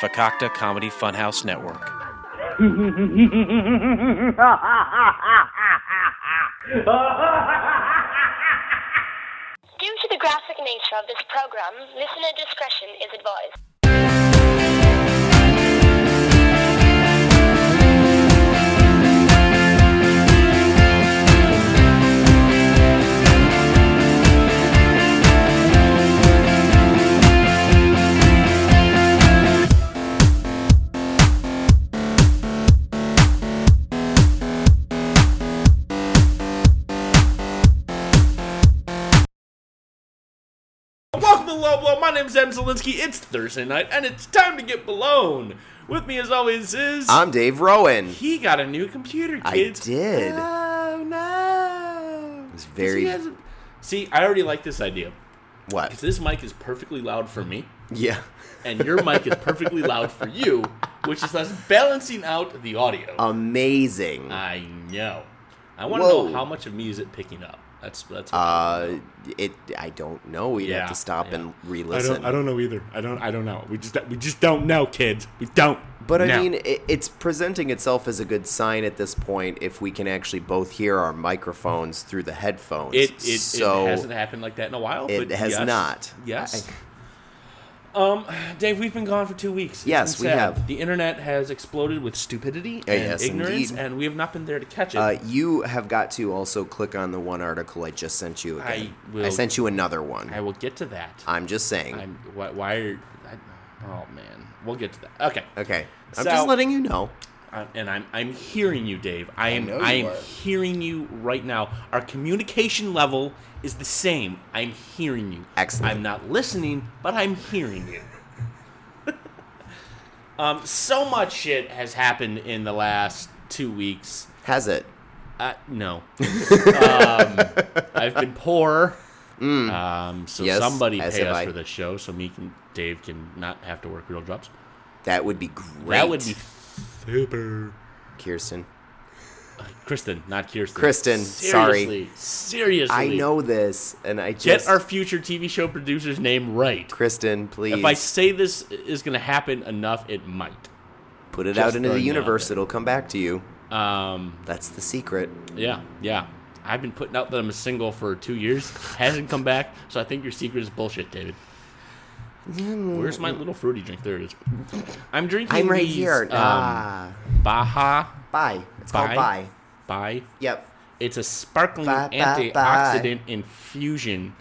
Fakakta Comedy Funhouse Network. Due to the graphic nature of this program, listener discretion is advised. Welcome to Low Blow. My name's Em Zelinsky. It's Thursday night, and it's time to get blown. With me, as always, is I'm Dave Rowan. he got a new computer, I kids. did. Oh no! It's 'Cause very- he hasn't- See, I already like this idea because What? this mic is perfectly loud for me, Yeah. and your mic is perfectly loud for you, which is thus balancing out the audio. Um, Amazing. I know. I want to know Whoa. how much of me is it picking up. That's that's. what I wanna Uh, it. I don't know. We'd Yeah, have to stop yeah. and know. re-listen. know either. I don't. I don't know. We just. We just don't know, kids. We don't. But I know. mean, it, it's presenting itself as a good sign at this point if we can actually both hear our microphones through the headphones. It it, so it hasn't happened like that in a while. it but has yes. not. Yes. I- Um, Dave, we've been gone for two weeks. It's Yes, been we sad. have. Uh, The internet has exploded with stupidity and yes, ignorance, indeed. and we have not been there to catch it. uh, you have got to also click on the one article I just sent you again. I will- sent you another one. I will get to that. am just saying. I'm why, why are I, oh man, we'll get to that. Okay, okay. I'm So- just letting you know. Uh, and I'm I'm hearing you, Dave. I am know I, you am are. hearing you right now. Our communication level is the same. I'm hearing you. Excellent. I'm not listening, but I'm hearing you. um, so much shit has happened in the last two weeks. Has it? Uh, no, um, I've been poor. Um, so Mm. Yes, somebody as pay have us I. for this show, so me and Dave can not have to work real jobs. That would be great. That would be super. Kirsten. Kristen, not Kirsten. Kristen, sorry. Seriously, Seriously. I know this, and I Get just our future TV show producer's name right. Kristen, please If I say this is going to happen enough, it might. put it just out into the throwing it out universe. there. It'll come back to you. Um, That's the secret. yeah, yeah. I've been putting out that I'm a single for two years. Hasn't come back, so I think your secret is bullshit, David. Where's my little fruity drink? There it is. I'm drinking. I'm right these, here. Um, ah, Baja bye. It's bye? called bye. by Yep. It's a sparkling Bye, bye, antioxidant infusion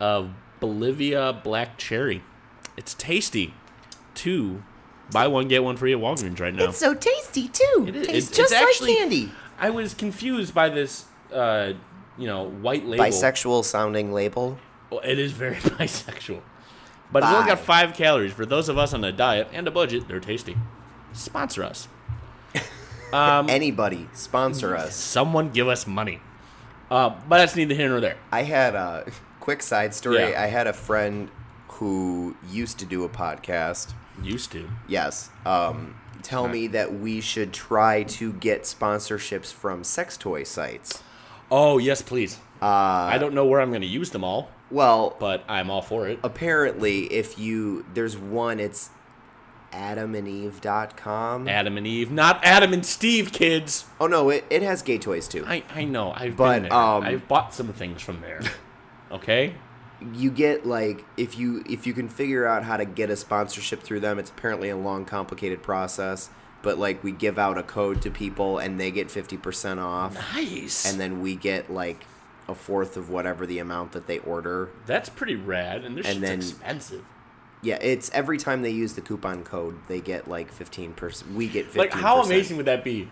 of Bolivia black cherry. It's tasty. Two, buy one get one free at Walgreens right now. so tasty too. It is- it's- it's actually- I was confused by this, uh, you know, white label. Bisexual sounding label. Well, It is very bisexual, but it's only got Bye. five calories. For those of us on a diet and a budget, they're tasty. Sponsor us. Um, Anybody sponsor us? Someone give us money. Uh, but that's neither here nor there. I had a quick side story. Yeah. I had a friend who used to do a podcast. Used to. Yes. Um, tell me that we should try to get sponsorships from sex toy sites. Oh yes, please. Uh, I don't know where I'm going to use them all, Well, but I'm all for it. apparently, if you there's one, it's adamandeve.com. Adam and Eve, not Adam and Steve, kids. oh no, it, it has gay toys too. I I know. I've But, been there. um, I've bought some things from there. Okay. you get like if you if you can figure out how to get a sponsorship through them, it's apparently a long, complicated process. But like we give out a code to people and they get fifty percent off, Nice. and then we get like a fourth of whatever the amount that they order. that's pretty rad. And this And shit's then- expensive. Yeah, it's every time they use the coupon code, they get like fifteen percent. We get 15%. Like, how amazing would that be?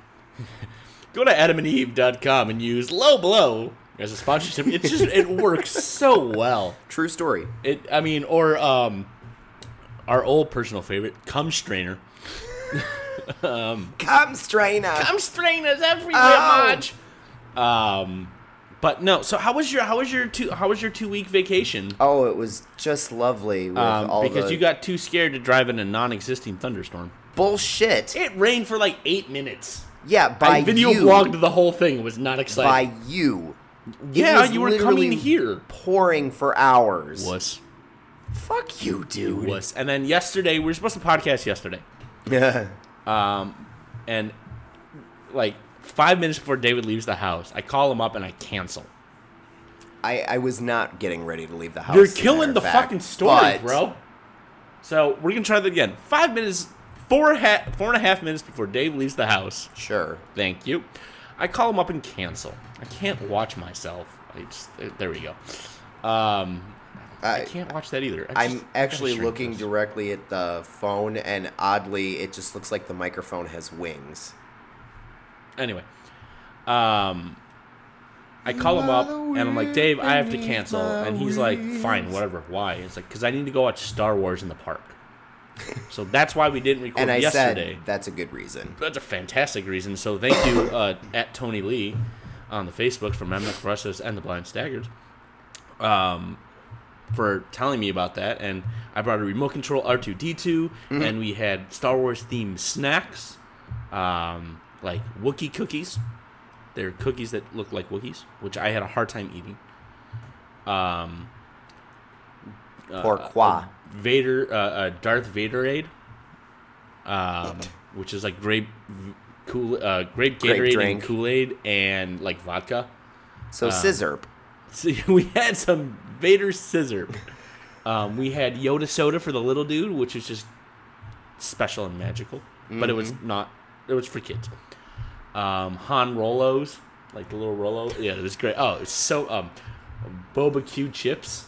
Go to AdamandEve.com and use low blow as a sponsorship. It just it works so well. True story. It. I mean, or um, our old personal favorite, cum strainer. Come, strainer. I'm strainers everywhere, Ow. Marge. Um, but no. So how was your how was your two how was your two week vacation? Oh, it was just lovely with Um, all because the you got too scared to drive in a non-existing thunderstorm. bullshit. It rained for like eight minutes. Yeah, by I video you, blogged the whole thing. It was not exciting. by you. It yeah, was you were literally coming here. pouring for hours. Was Fuck you, dude. Wuss. And then yesterday, we were supposed to podcast yesterday. Yeah. And like five minutes before David leaves the house, I call him up and I cancel. I, I was not getting ready to leave the house. You're as a matter killing of the fact, fucking story, but- bro. So we're gonna try that again. Five minutes, four ha- four and a half minutes before Dave leaves the house. Sure. Thank you. I call him up and cancel. I can't watch myself. I just, there we go. Um, I, I- can't watch that either. I just- I'm I gotta actually shrink looking this. directly at the phone, and oddly, it just looks like the microphone has wings. Anyway, um, I call him up and I'm like, Dave, I have to cancel. And he's like, fine, whatever. Why? It's like, because I need to go watch Star Wars in the park. so that's why we didn't record And I Oh, yesterday. said that's a good reason. that's a fantastic reason. So thank you uh, at Tony Lee on the Facebook for Memnic Russes and the Blind Staggers um, for telling me about that. And I brought a remote control R2D2, and we had Star Wars themed snacks, um, like Wookiee cookies. They're cookies that look like Wookiees, which I had a hard time eating. Um, Uh, Pourquoi? Vader, uh, uh, Darth Vaderade, um, which is like grape v- cool, uh, grape Grape Gatorade and drink. Kool Aid and like vodka. uh, So um, scissor. So we had some Vader scissor. Um, we had Yoda soda for the little dude, which is just special and magical, but it was not. It was for kids. Um, Han Rolos, like the little Rolo. Yeah, it was great. Oh, it's so um, Boba Q chips,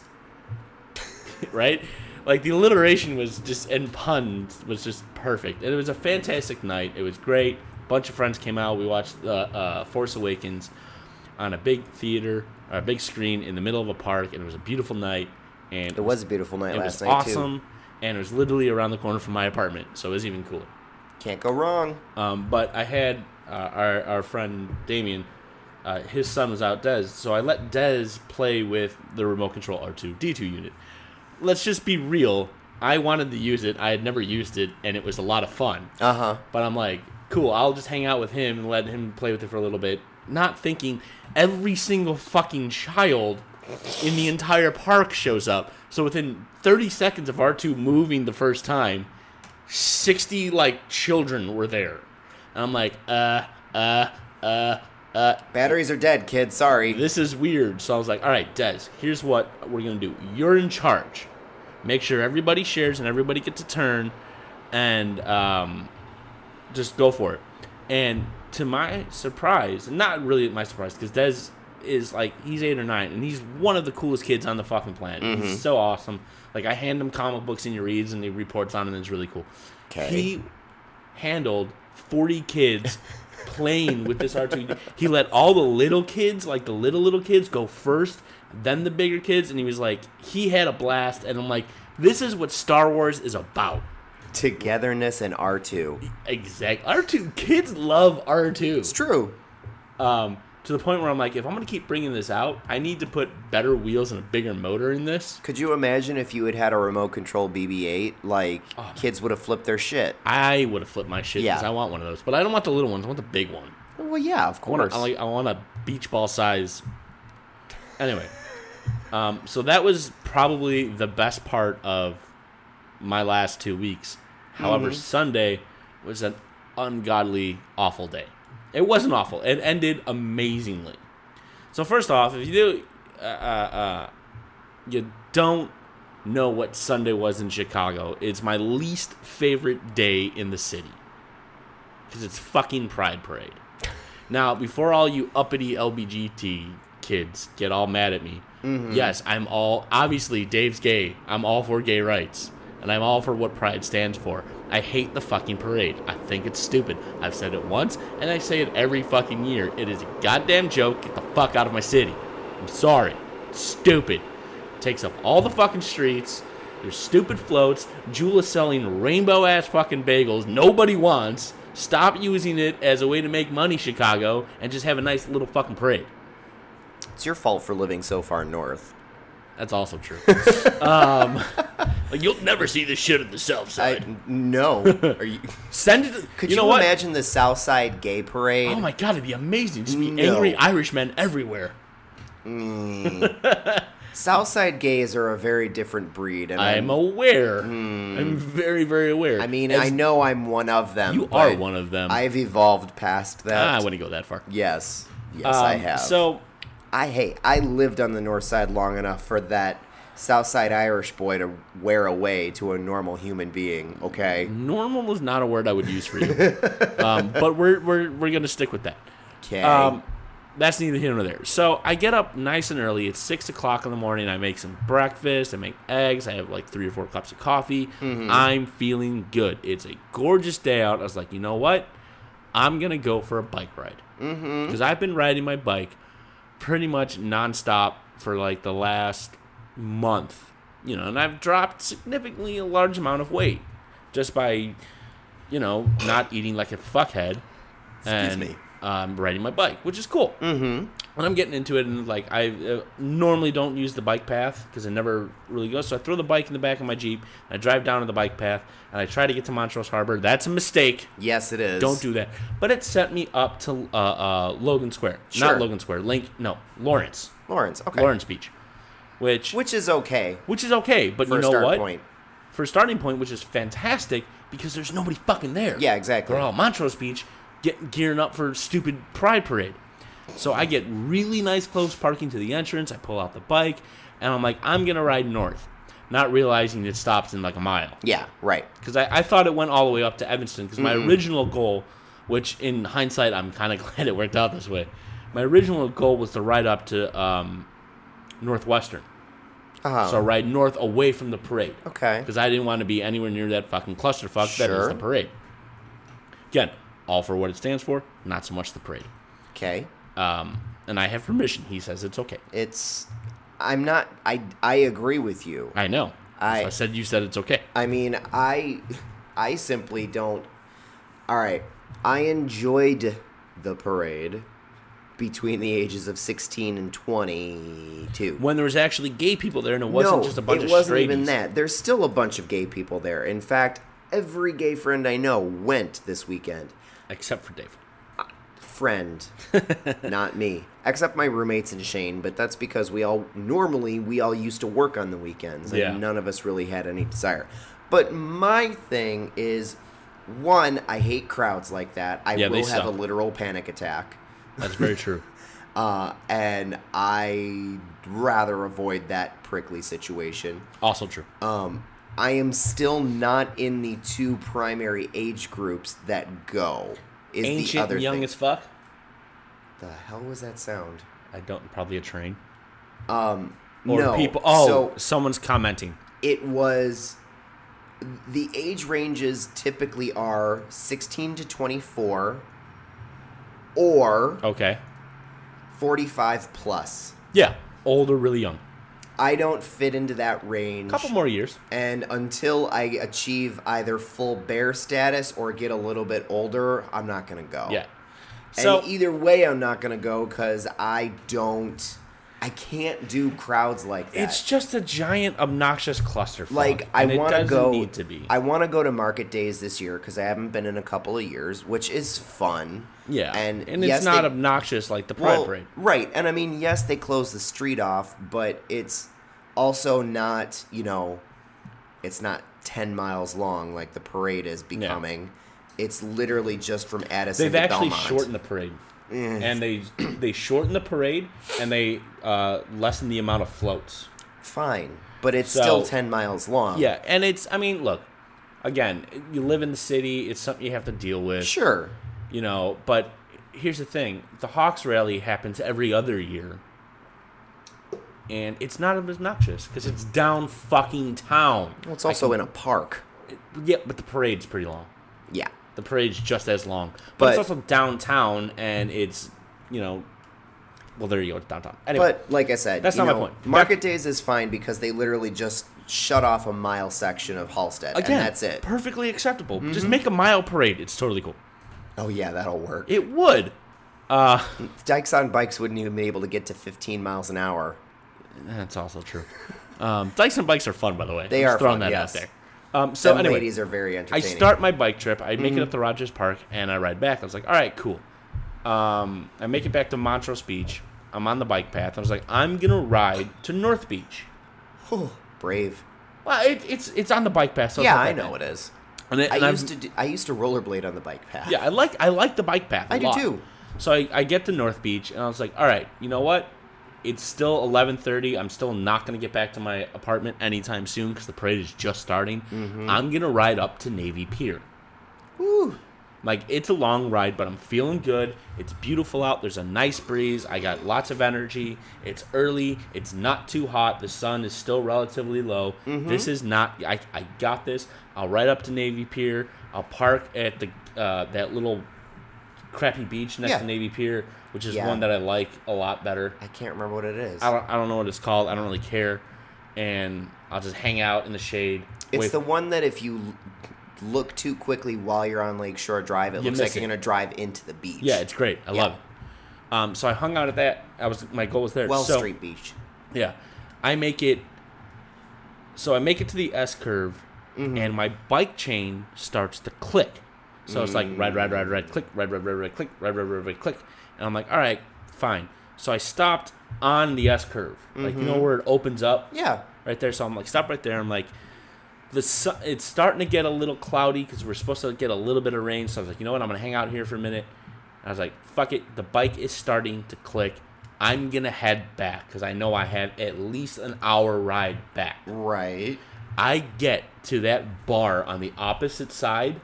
right? Like the alliteration was just and puns was just perfect, and it was a fantastic night. It was great. Bunch of friends came out. We watched the uh, Force Awakens on a big theater, a big screen in the middle of a park, and it was a beautiful night. And It was a beautiful night it last was night awesome, and it was literally around the corner from my apartment, so it was even cooler. too. Can't go wrong. Um, but I had uh, our our friend Damien, uh, his son was out Dez, so I let Dez play with the remote control R two D two unit. Let's just be real. I wanted to use it. I had never used it, and it was a lot of fun. Uh huh. But I'm like, cool, I'll just hang out with him and let him play with it for a little bit. Not thinking every single fucking child in the entire park shows up. So within 30 seconds of R2 moving the first time, 60 like children were there. And I'm like, uh, uh, uh, uh, Batteries are dead, kid. Sorry. this is weird. So I was like, all right, Des, here's what we're going to do. You're in charge. Make sure everybody shares and everybody gets a turn and um, just go for it. And to my surprise, not really my surprise, because Des is like, he's eight or nine and he's one of the coolest kids on the fucking planet. He's so awesome. Like, I hand him comic books and he reads and he reports on them and it's really cool. 'Kay. He handled 40 kids playing with this R2. He let all the little kids, like the little, little kids, go first, then the bigger kids. And he was like, he had a blast. And I'm like, this is what Star Wars is about. Togetherness and R two. Exact. R2, kids love It's R2. true. Um, to the point where I'm like, if I'm going to keep bringing this out, I need to put better wheels and a bigger motor in this. Could you imagine if you had had a remote control BB-8? Like Oh, kids would have flipped their shit. I would have flipped my shit because Yeah. I want one of those. But I don't want the little ones. I want the big one. Well, yeah, of I want, course. a, I, like, I want a beach ball size. Anyway, um, so that was probably the best part of my last two weeks. However, Sunday was an ungodly awful day. It wasn't awful. It ended amazingly. So first off, if you do, uh, uh, uh, you don't know what Sunday was in Chicago. It's my least favorite day in the city because it's fucking Pride Parade. Now, before all you uppity LBGT kids get all mad at me, yes, I'm all obviously Dave's gay. I'm all for gay rights, and I'm all for what Pride stands for. I hate the fucking parade. I think it's stupid. I've said it once, and I say it every fucking year. It is a goddamn joke. Get the fuck out of my city. I'm sorry. Stupid. Takes up all the fucking streets. There's stupid floats. Jewel is selling rainbow ass fucking bagels nobody wants. Stop using it as a way to make money, Chicago, and just have a nice little fucking parade. it's your fault for living so far north. That's also true. um, like you'll never see this shit in the South I Side. no. Are you, Send it. To, could you you, know what? imagine the Southside Gay Parade? Oh my god, it'd be amazing. Just be No. angry Irishmen everywhere. Southside gays are a very different breed, and I'm I'm, Hmm. aware. I'm very, very aware. I mean, As- I know I'm one of them. you are but one of them. I've evolved past that. Ah, I wouldn't go that far. yes, yes, I Um, have. So I hate. I lived on the north side long enough for that Southside Irish boy to wear away to a normal human being. Okay. normal was not a word I would use for you, um, but we're we're we're gonna stick with that. Okay. Um, that's neither here nor there. So I get up nice and early. It's six o'clock in the morning. I make some breakfast. I make eggs. I have like three or four cups of coffee. I'm feeling good. It's a gorgeous day out. I was like, you know what? I'm gonna go for a bike ride because I've been riding my bike pretty much nonstop for like the last month. You know, and I've dropped significantly a large amount of weight just by, you know, not eating like a fuckhead and me. Um, riding my bike, which is cool. Mm-hmm. And I'm getting into it, and like I uh, normally don't use the bike path because it never really goes. So I throw the bike in the back of my jeep, and I drive down to the bike path, and I try to get to Montrose Harbor. That's a mistake. yes, it is. Don't do that. But it set me up to uh, uh, Logan Square, Sure. not Logan Square. Link, no, Lawrence, Lawrence. Okay. Lawrence Beach, which which, which is okay is okay. But for you a know start what? point. For a starting point, which is fantastic because there's nobody fucking there. Yeah, exactly. They're all at Montrose Beach, get gearing up for stupid Pride Parade. So I get really nice close parking to the entrance. I pull out the bike, and I'm like, I'm gonna ride north, not realizing it stops in like a mile Yeah. Right. because I, I thought it went all the way up to Evanston because my Mm. original goal, which in hindsight I'm kind of glad it worked out this way, my original goal was to ride up to um, Northwestern, Uh-huh. so ride north away from the parade. okay. Because I didn't want to be anywhere near that fucking clusterfuck that is Sure. the parade. Again, all for what it stands for, not so much the parade. Okay. Um, and I have permission. He says it's okay. It's. I'm not. I. I agree with you. I know. I- So I said you said it's okay. I mean, I. I simply don't. All right. I enjoyed the parade between the ages of 16 and 22. When there was actually gay people there and it wasn't just a bunch it of wasn't straighties. even that. There's still a bunch of gay people there. In fact, every gay friend I know went this weekend. Except for Dave. friend, not me. Except my roommates and Shane, but that's because we all normally we all used to work on the weekends and Yeah. none of us really had any desire. But my thing is one, I hate crowds like that. I Yeah, they will have a suck. literal panic attack. That's very true. Uh, and I'd rather avoid that prickly situation. Also true. Um, I am still not in the two primary age groups that go. Is the Ancient, other young thing. as fuck. the hell was that sound? I don't probably a train Um, or no. people. Oh, so someone's commenting. it was. The age ranges typically are 16 to 24 or Okay, 45 plus. yeah, old or really young. I don't fit into that A range. couple more years. And until I achieve either full bear status or get a little bit older, I'm not going to go. Yeah. Oh. And So either way, I'm not going to go because I don't. I can't do crowds like that. it's just a giant obnoxious clusterfuck. like I and it want to doesn't go. Need to be. I want to go to market days this year because I haven't been in a couple of years, which is fun. yeah, and and, it's yes, not they- obnoxious like the Pride well, Parade. right? And I mean, yes, they close the street off, but it's also not you know, it's not ten miles long like the parade is becoming. It's literally just from Addison. They've to actually Belmont. Eh. shortened the parade, and they they shorten the parade and they uh, lessen the amount of floats. Fine, but it's So- still ten miles long. Yeah, and it's I mean, look, again, you live in the city, it's something you have to deal with. sure. You know, but here's the thing. The Hawks rally happens every other year. And it's not obnoxious because it's down fucking town. Well, it's also in a park. Yeah, but the parade's pretty long. Yeah, The parade's just as long. But, But- it's also downtown and it's, you know, well, there you go, it's downtown. Anyway, But like I said, That's you not my know, point. Market Back- days is fine because they literally just shut off a mile section of Halstead, again, and that's it. Mm-hmm. perfectly acceptable. Just make a mile parade. It's totally cool. oh yeah, that'll work. It would. Uh, Dykes on bikes wouldn't even be able to get to 15 miles an hour. That's also true. Um, Dyson bikes are fun, by the way. They Just are throwing that fun, yes. out there. Um, so Some anyway, ladies are very I entertaining. Mm-hmm. start my bike trip. I make it up to Rogers Park and I ride back. I was like, all right, cool. Um, I make it back to Montrose Beach. I'm on the bike path. I was like, I'm gonna ride to North Beach. Brave. Well, it, it's it's on the bike path. So it's yeah, not I that know bad. it is. And, it, I and I'm- used to do, I used to rollerblade on the bike path. Yeah, I like I like the bike path. I I do too. So I, I get to North Beach and I was like, all right, you know what? It's still eleven thirty. I'm still not gonna get back to my apartment anytime soon because the parade is just starting. Mm-hmm. I'm gonna ride up to Navy Pier. Woo. Like it's a long ride, but I'm feeling good. It's beautiful out. There's a nice breeze. I got lots of energy. It's early. It's not too hot. The sun is still relatively low. Mm-hmm. This is not. I, I got this. I'll ride up to Navy Pier. I'll park at the uh, that little crappy beach next Yeah. to Navy Pier, which is Yeah. one that I like a lot better. I can't remember what it is. I don't, I don't know what it's called. I don't really care, and I'll just hang out in the shade. It's wait- the one that if you l- look too quickly while you're on Lakeshore Drive, it You looks like miss you're it. gonna drive into the beach. yeah, it's great. I Yeah. love it. Um, so I hung out at that. I was my goal was there. Well so, Street Beach. Yeah. I make it so I make it to the S curve Mm-hmm. and my bike chain starts to click. So it's like red, red, red, red, click, red, red, red, red, click, red, red, red, red, click. And I'm like, all right, fine. So I stopped on the S curve. Like you know where it opens up? Mm-hmm. Yeah. Right there. So I'm like, stop right there. I'm like, the sun, it's starting to get a little cloudy because we're supposed to get a little bit of rain. So I was like, you know what? I'm gonna hang out here for a minute. I was like, fuck it. The bike is starting to click. I'm gonna head back because I know I have at least an hour ride back. Right. I get to that bar on the opposite side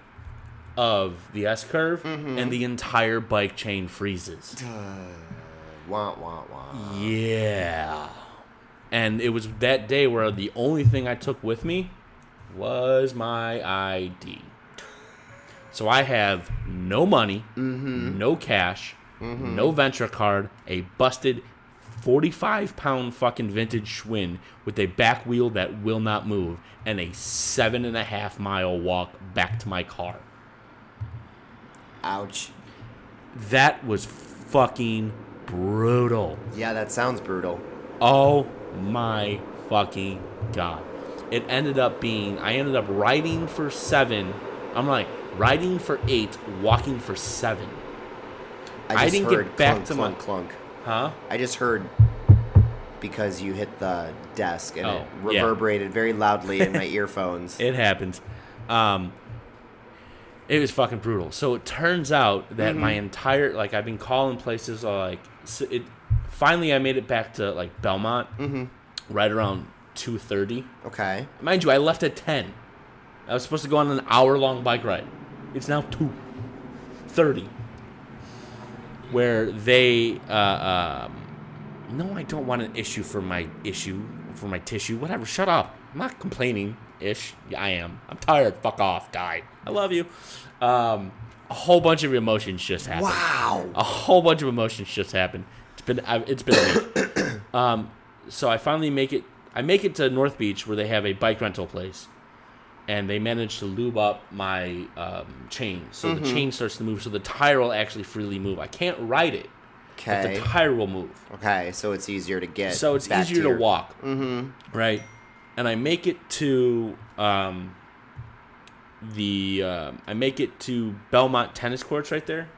of the S curve, and the entire bike chain freezes. Wah wah wah. Yeah. And it was that day where the only thing I took with me was my ID. So I have no money, no cash, no venture card, a busted 45 pound fucking vintage Schwinn with a back wheel that will not move, and a seven and a half mile walk back to my car. Ouch. That was fucking brutal. Yeah, that sounds brutal. Oh my fucking god. It ended up being I ended up riding for seven. I'm like riding for eight, walking for seven. I, I just didn't get heard back clunk, to my- clunk, clunk. Huh? I just heard because you hit the desk and it Oh, yeah. reverberated very loudly in my earphones. It happens. Um it was fucking brutal. So it turns out that my entire like I've been calling places uh, like s- it finally I made it back to like Belmont right around 2:30. Okay. Mind you, I left at 10. I was supposed to go on an hour long bike ride. It's now 2 30. Where they, uh, um, no, I don't want an issue for my issue, for my tissue, whatever. Shut up. I'm not complaining ish. Yeah, I am. I'm tired. Fuck off. Die. I love you. Um, a whole bunch of emotions just happened. Wow. A whole bunch of emotions just happened. It's been I- it's been a week. um, so I finally make it. I make it to North Beach where they have a bike rental place, and they manage to lube up my um, chain, so the chain starts to move. So the tire will actually freely move. I can't ride it, but Okay. the tire will move. Okay, so it's easier to get. So it's back easier to, your- walk. Mm-hmm. Right. And I make it to um, the um I make it to Belmont tennis courts right there,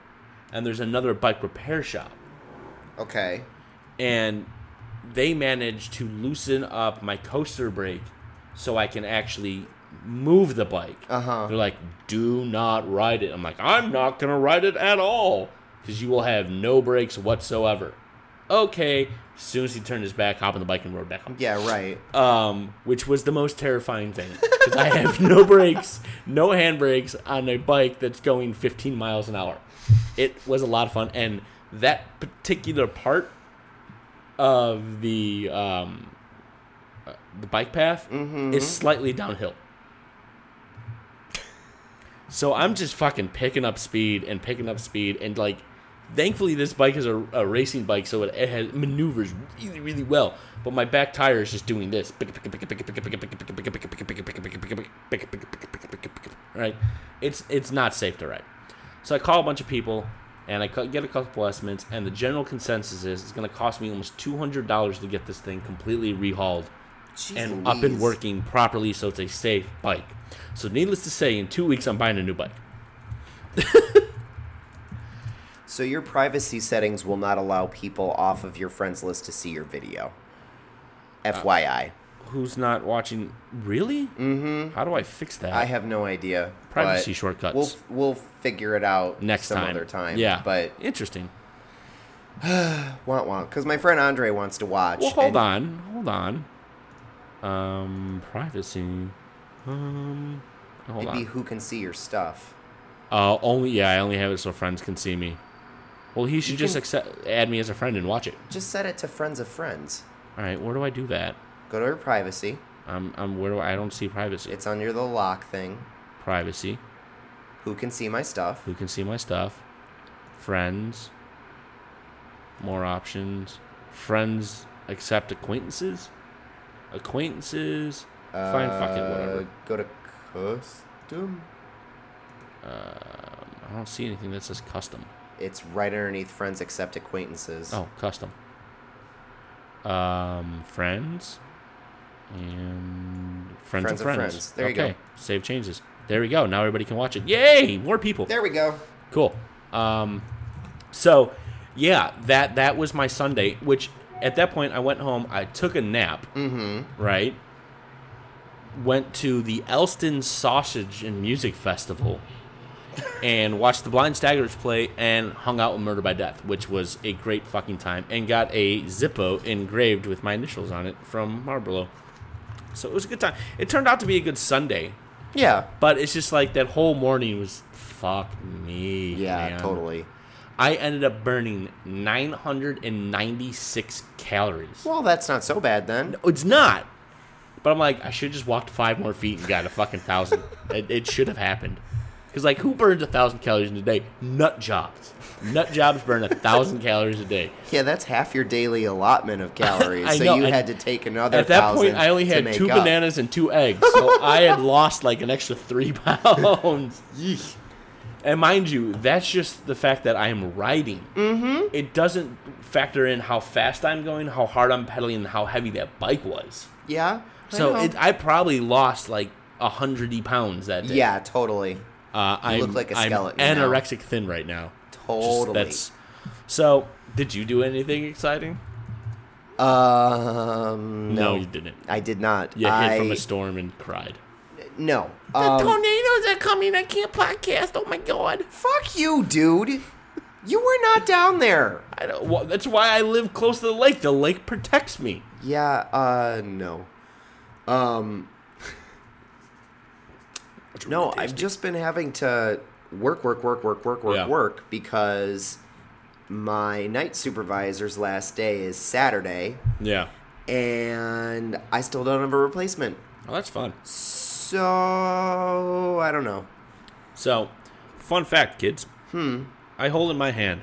and there's another bike repair shop, Okay. and they manage to loosen up my coaster brake so I can actually move the bike. Uh-huh. They're like, "Do not ride it." I'm like, "I'm not gonna ride it at all because you will have no brakes whatsoever." Okay. As soon as he turned his back, hop on the bike and rode back home Yeah, right. um, which was the most terrifying thing. 'cause I have no brakes, no handbrakes on a bike that's going 15 miles an hour. It was a lot of fun, and that particular part of the um, uh, the bike path is slightly downhill. So I'm just fucking picking up speed and picking up speed and like, thankfully this bike is a, a racing bike, so it, it has maneuvers really really well. But my back tire is just doing this, right? It's it's not safe to ride. So I call a bunch of people and I cu- get a couple estimates, and the general consensus is it's going to cost me almost two hundred dollars to get this thing completely rehauled Jeez and up and Louise. working properly so it's a safe bike. So needless to say, in two weeks I'm buying a new bike. So your privacy settings will not allow people off of your friends list to see your video. Uh, FYI. Who's not watching? Really? Mm-hmm. How do I fix that? I have no idea. but Privacy shortcuts. We'll we'll figure it out Next some time. other time. Yeah. but interesting. want want because my friend Andre wants to watch. Well, hold and- on, hold on. Um, privacy. Um, hold It'd be on. who can see your stuff. Uh, only yeah, I only have it so friends can see me. Well, he should You just can- accept, add me as a friend and watch it. Just set it to friends of friends. All right, where do I do that? Go to your privacy. I'm, I'm where do I, I don't see privacy. It's under the lock thing. privacy. Who can see my stuff? Who can see my stuff? Friends. More options. Friends accept acquaintances. Acquaintances. Fine, fuck it, whatever. Uh, Go to custom. Um, Uh, I don't see anything that says custom. It's right underneath friends except acquaintances. Oh, custom. Um, friends and friends, Friends of of friends. friends. There you okay. go. Save changes. There we go. Now everybody can watch it. Yay! More people. There we go. Cool. Um, so yeah, that that was my Sunday. Which at that point I went home. I took a nap. Mm-hmm. Right. Went to the Elston Sausage and Music Festival, and watched the Blind Staggers play, and hung out with Murder by Death, which was a great fucking time, and got a Zippo engraved with my initials on it from Marlboro. So it was a good time. It turned out to be a good Sunday. Yeah. But it's just like that whole morning was fuck me. Yeah, man. totally. I ended up burning 996 calories. Well, that's not so bad then. It's not. But I'm like, I should just walked five more feet and got a fucking thousand. it, it should have happened. Because, like, who burns a thousand calories in a day? Nut jobs. Nut jobs burn a thousand calories a day. Yeah, that's half your daily allotment of calories. I so know, you and had to take another. At that thousand point, I only to had make two up. bananas and two eggs, so I had lost like an extra three pounds. Yeesh. And mind you, that's just the fact that I am riding. Mm-hmm. It doesn't factor in how fast I'm going, how hard I'm pedaling, and how heavy that bike was. Yeah. I so know. it, I probably lost like a hundred pounds that day. yeah, totally, uh, I You look like a skeleton I'm now. anorexic thin right now. totally. Just- that's- so. Did you do anything exciting? Um, no, you didn't. I did not. You I hid from a storm and cried. no. Um, tornadoes are coming. I can't podcast. Oh my god. fuck you, dude. You were not down there. I don't, well, that's why I live close to the lake. The lake protects me. Yeah. Uh, no. Um, no. I've just been having to work, work, work, work, work, work, Yeah. work because my night supervisor's last day is Saturday. Yeah. and I still don't have a replacement. Well, that's fun. So I don't know. So, fun fact, kids. Hmm. I hold in my hand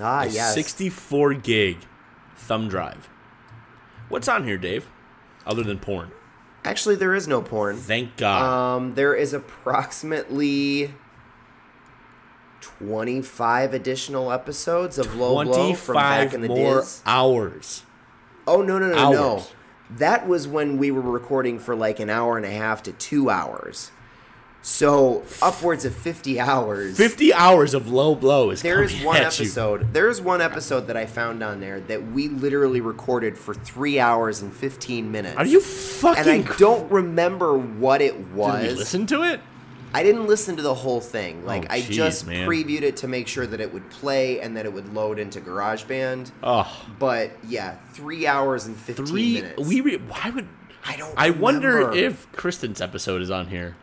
Ah, a yes. 64 gig thumb drive. What's on here, Dave? Other than porn. Actually, there is no porn. Thank God. Um, there is approximately twenty-five additional episodes of Uh, Low Blow from back 25 in the more days. hours. Oh no no no no! hours. That was when we were recording for like an hour and a half to two hours. So upwards of fifty hours. 50 hours of low blow is There is coming one at you. episode. There is one episode that I found on there that we literally recorded for three hours and fifteen minutes. Are you fucking And I cr- don't remember what it was. Did we listen to it? I didn't listen to the whole thing. Like Oh, I jeez, just man. previewed it to make sure that it would play and that it would load into GarageBand. Oh. But yeah, three hours and fifteen three. minutes. We re- why would I don't. I wonder remember. if Kristen's episode is on here.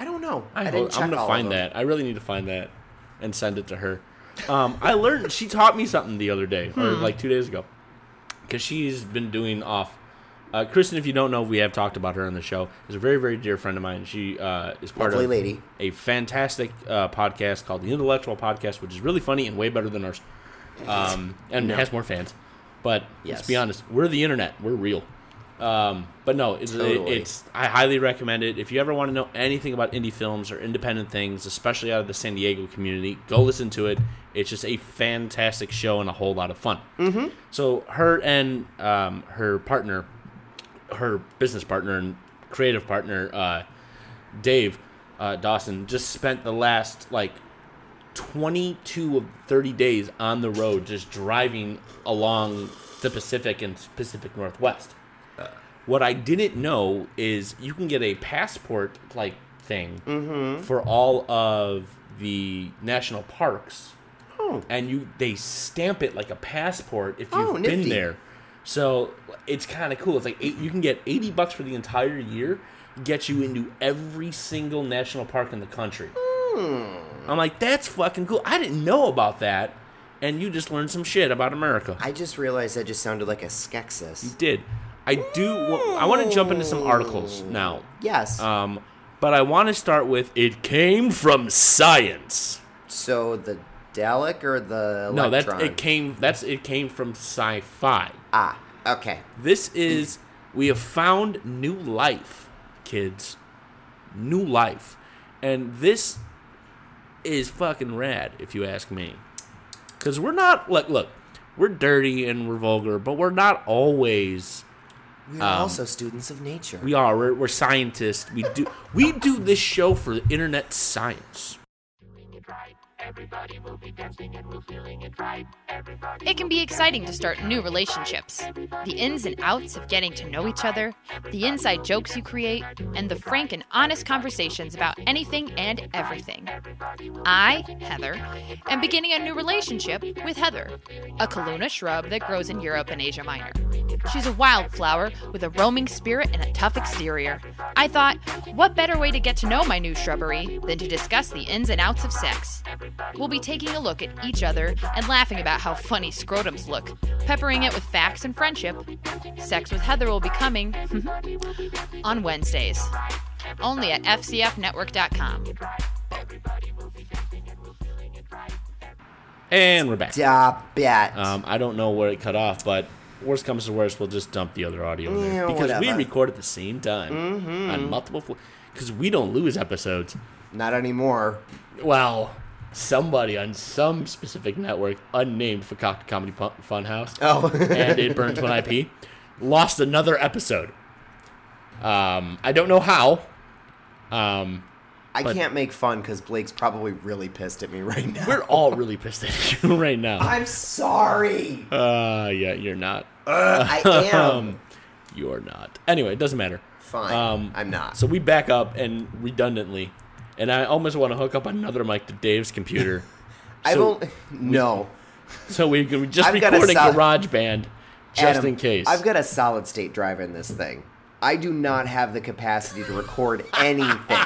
I don't know. I, I, didn't hope, check I'm gonna all of find them. that. I really need to find that and send it to her. Um, I learned she taught me something the other day or Hmm. like two days ago because she's been doing off. Uh, Kristen, if you don't know, we have talked about her on the show. Is a very very dear friend of mine. She uh, is part Lovely of lady. a fantastic uh, podcast called the Intellectual Podcast, which is really funny and way better than ours, um, and has more fans. But let's Yes. be honest, we're the internet. We're real. Um, but no, it's it- Totally. it's I highly recommend it. If you ever want to know anything about indie films or independent things, especially out of the San Diego community, go listen to it. It's just a fantastic show and a whole lot of fun. Mm-hmm. So her and um, her partner, her business partner and creative partner, uh, Dave uh, Dawson, just spent the last like 22 of 30 days on the road just driving along the Pacific and Pacific Northwest. Uh. What I didn't know is you can get a passport like thing Mm-hmm. for all of the national parks Oh, and you they stamp it like a passport if you've Oh, been nifty. there. So it's kind of cool. It's like eight, you can get eighty bucks for the entire year, get you into every single national park in the country. I'm like, that's fucking cool. I didn't know about that, and you just learned some shit about America. I I just realized that just sounded like a skexis. did. I do. wa- I want to jump into some articles now, Yes. um, but I want to start with it came from science. so the Dalek or the No, that electron? it came. That's it came from sci-fi. Ah, okay. This is we have found new life, kids. New life. And this is fucking rad if you ask me. Cuz we're not like look, we're dirty and we're vulgar, but we're not always We are also students of nature. Um, we are we're, we're scientists. We do we do this show for the internet science. It can be exciting to start new relationships. The ins and outs of getting to know each other, the inside jokes you create, and the frank and honest conversations about anything and everything. I, Heather, am beginning a new relationship with Heather, a Kaluna shrub that grows in Europe and Asia Minor. She's a wildflower with a roaming spirit and a tough exterior. I thought, what better way to get to know my new shrubbery than to discuss the ins and outs of sex? We'll be taking a look at each other and laughing about how funny scrotums look, peppering it with facts and friendship. Sex with Heather will be coming on Wednesdays, only at FCFnetwork.com. And we're back. Stop it. Um, I don't know where it cut off, but worst comes to worst, we'll just dump the other audio in there Yeah, because we whatever. Mm-hmm. record at the same time on multiple because we don't lose episodes. Not anymore. Well, somebody on some specific network, unnamed for Cocked Comedy Pu- Funhouse, Oh. and it burns when I pee, lost another episode. Um, I don't know how. Um, I but- can't make fun because Blake's probably really pissed at me right now. we're all really pissed at you right now. I'm sorry. Uh, yeah, you're not. I Um, am. You're not. Anyway, it doesn't matter. Fine. I'm not. um, So we back up and redundantly, and I almost want to hook up another mic to Dave's computer. I've so- only no. so we can just I've got a record a solid- garage band just Adam, in case. I've got a solid state drive in this thing. I do not have the capacity to record anything.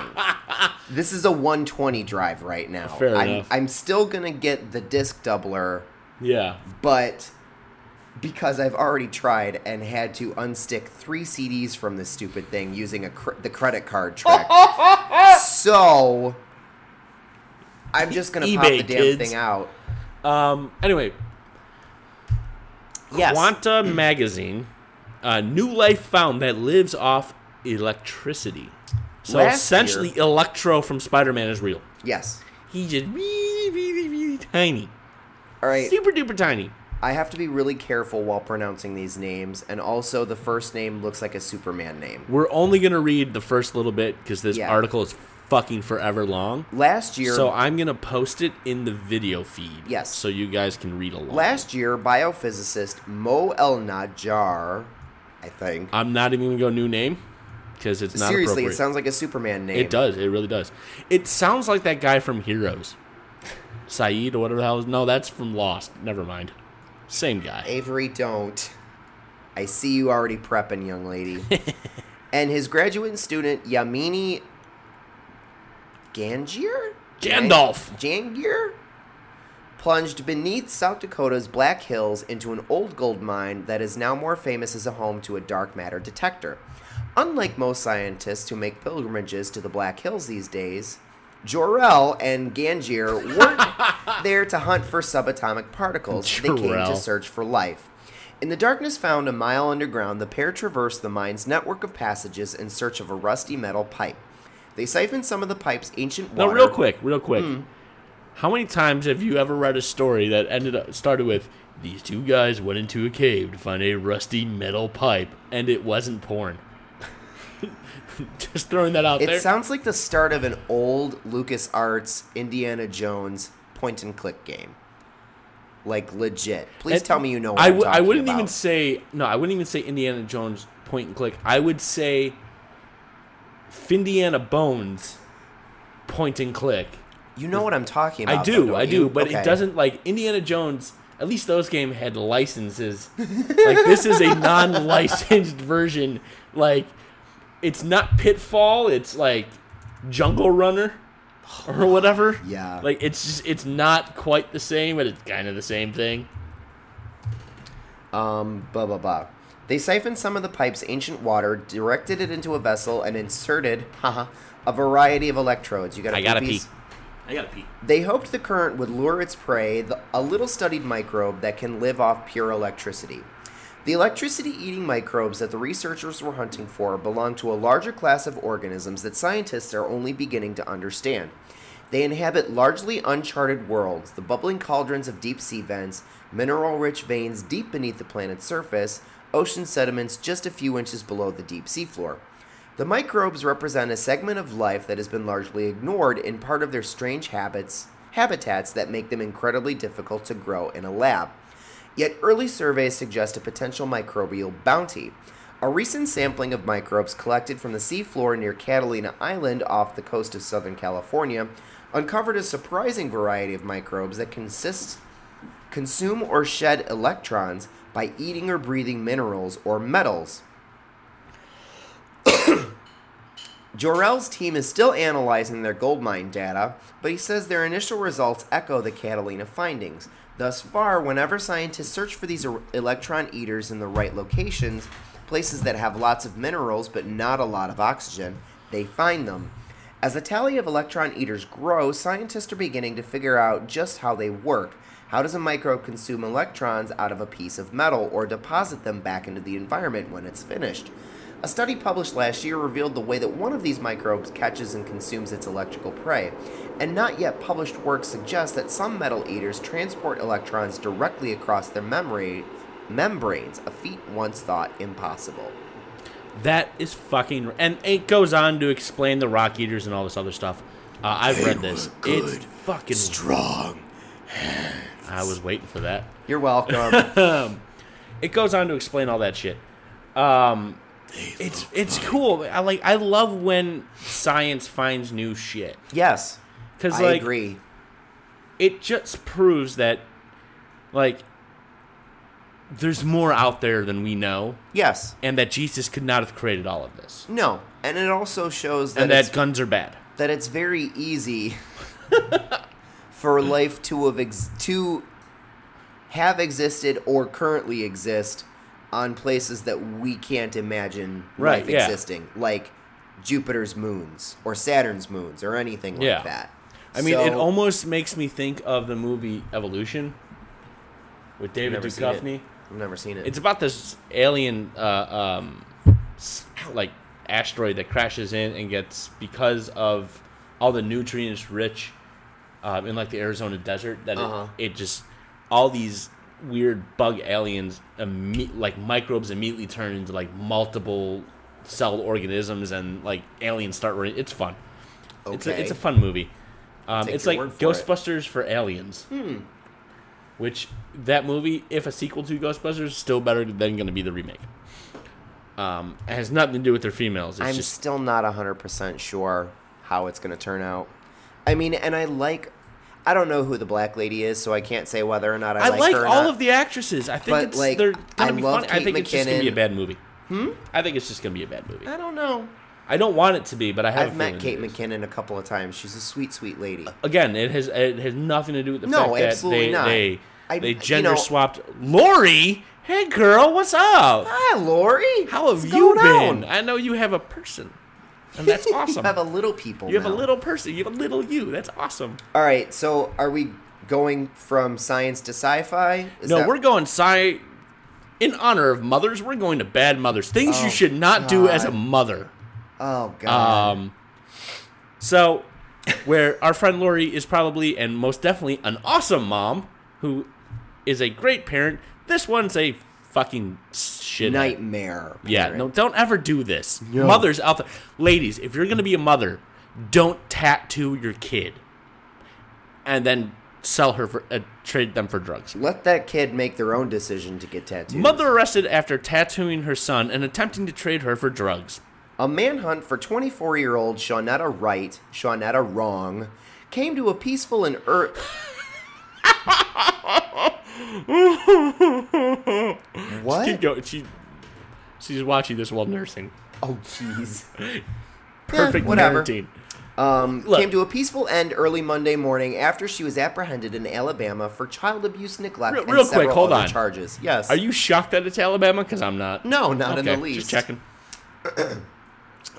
this is a 120 drive right now. Fair I'm, enough. I'm still gonna get the disc doubler, yeah. but because I've already tried and had to unstick three CDs from this stupid thing using a cr- the credit card trick, so I'm just gonna pop eBay, the damn kids. thing out. Um. Anyway, Yes. Quanta magazine, uh, new life found that lives off electricity. So Last essentially, Electro from Spider-Man is real. yes. He's just really, really, really tiny, All right. super duper tiny. I have to be really careful while pronouncing these names, and also the first name looks like a Superman name. We're only gonna read the first little bit because this Yeah. article is fucking forever long. Last year, So I'm gonna post it in the video feed. Yes. So you guys can read along. last year, biophysicist Mo El Najjar, I think. I'm not even gonna go new name because it's not Seriously, appropriate. it sounds like a Superman name. It does. It really does. It sounds like that guy from Heroes, Saeed or whatever the hell. Is. No, that's from Lost. Never mind. Same guy. Avery, don't. I see you already prepping, young lady. and his graduate student Yamini Gangier? Gandalf. Jangier? Plunged beneath South Dakota's Black Hills into an old gold mine that is now more famous as a home to a dark matter detector. Unlike most scientists who make pilgrimages to the Black Hills these days, Jorel and Gangier weren't there to hunt for subatomic particles. They came to Jorel. search for life. In the darkness found a mile underground, the pair traversed the mine's network of passages in search of a rusty metal pipe. They siphoned some of the pipe's ancient No, water. real quick, real quick. Hmm. How many times have you ever read a story that ended up started with these two guys went into a cave to find a rusty metal pipe and it wasn't porn? Just throwing that out It there. sounds like the start of an old LucasArts Indiana Jones point and click game. Like legit. Please And tell me you know what I I'm would. I talking wouldn't about. even say no. I wouldn't even say Indiana Jones point and click. I would say Findiana Bones point and click. You know what I'm talking about. I though, do, don't I do, you? but Okay. it doesn't like Indiana Jones. At least those game had licenses. like this is a non-licensed version. Like it's not Pitfall. It's like Jungle Runner or whatever. Yeah. Like it's just it's not quite the same, but it's kind of the same thing. Um, blah blah blah. They siphoned some of the pipe's ancient water, directed it into a vessel, and inserted, haha, a variety of electrodes. You got. I gotta poopies? pee. I gotta pee. They hoped the current would lure its prey, the, a little studied microbe that can live off pure electricity. The electricity eating microbes that the researchers were hunting for belong to a larger class of organisms that scientists are only beginning to understand. They inhabit largely uncharted worlds, the bubbling cauldrons of deep sea vents, mineral rich veins deep beneath the planet's surface, ocean sediments just a few inches below the deep sea floor. The microbes represent a segment of life that has been largely ignored in part of their strange habits, habitats that make them incredibly difficult to grow in a lab. Yet early surveys suggest a potential microbial bounty. A recent sampling of microbes collected from the seafloor near Catalina Island off the coast of Southern California uncovered a surprising variety of microbes that consist consume or shed electrons by eating or breathing minerals or metals. Jorel's team is still analyzing their gold mine data, but he says their initial results echo the Catalina findings. Thus far, whenever scientists search for these er- electron eaters in the right locations, places that have lots of minerals but not a lot of oxygen, they find them. As the tally of electron eaters grows, scientists are beginning to figure out just how they work. How does a microbe consume electrons out of a piece of metal or deposit them back into the environment when it's finished? A study published last year revealed the way that one of these microbes catches and consumes its electrical prey, and not yet published work suggests that some metal eaters transport electrons directly across their memory, membranes, a feat once thought impossible. That is fucking. And it goes on to explain the rock eaters and all this other stuff. Uh, I've read this. it's fucking strong. I was waiting for that. Um, You're welcome. It goes on to explain all that shit. Um, it's it's cool. I like. I love when science finds new shit yes, because I like agree. it just proves that like there's more out there than we know, Yes. and that Jesus could not have created all of this, No, and it also shows that and it's that guns are bad. that it's very easy for life to have ex- to have existed or currently exist on places that we can't imagine Right, life yeah. existing, like Jupiter's moons or Saturn's moons or anything like Yeah. that. I mean, it So- almost makes me think of the movie Evolution with David Never seen it. Duchovny. I've never seen it. It's about this alien, uh, um, s- like asteroid that crashes in and gets because of all the nutrients rich um, in like the Arizona desert that Uh-huh. it, it just all these weird bug aliens imme- like microbes immediately turn into like multiple celled organisms and like aliens start running. It's fun. It's a, Okay. it's a fun movie. Um, Take it's your like word for it. Hmm. Ghostbusters for aliens. Which that movie, if a sequel to Ghostbusters, is still better than going to be the remake. Um, it has nothing to do with their females. It's I'm just still not 100% sure how it's going to turn out. I mean, and I like I don't know who the black lady is, so I can't say whether or not I, I, like her or all not. of the actresses. I think But, it's like, they're gonna I be love funny. I Kate think it's just gonna be a McKinnon. bad movie. Hmm. I think it's just gonna be a bad movie. I don't know. I don't want it to be, but I have. I've a met Kate feeling it is. McKinnon a couple of times. She's a sweet, sweet lady. Again, it has it has nothing to do with the No, fact that absolutely they not. they, I- they you know- gender swapped Lori. Hey, girl, what's up? Hi, Lori. How have What's you going been? on? I know you have a person, and that's awesome. You have a little people. You have a now. little person. You have a little you. That's awesome. All right. So, are we going from science to sci-fi? Is no, that- we're going sci. In honor of mothers, we're going to bad mothers. Things Oh, you should not do as a God. mother. Oh God. Um, so, where our friend Lori is probably and most definitely an awesome mom who is a great parent. This one's a fucking shit. Nightmare. Yeah, parent. no, don't ever do this. Mothers out there, ladies, if you're gonna be a mother, don't tattoo your kid, and then sell her for uh, trade them for drugs. Let that kid make their own decision to get tattoos. Mother arrested after tattooing her son and attempting to trade her for drugs. A manhunt for 24 year old Shawnetta Wright, Shawnetta Wrong, came to a peaceful and er- What? She go, she she's watching this while nursing. Oh, jeez. Perfect whatever. parenting. Um, Look. came to a peaceful end early Monday morning after she was apprehended in Alabama for child abuse, neglect, Real- and real quick, several hold other on. charges. Yes. Are you shocked that it's Alabama? Because I'm not. No, not in the Okay, Just least. checking.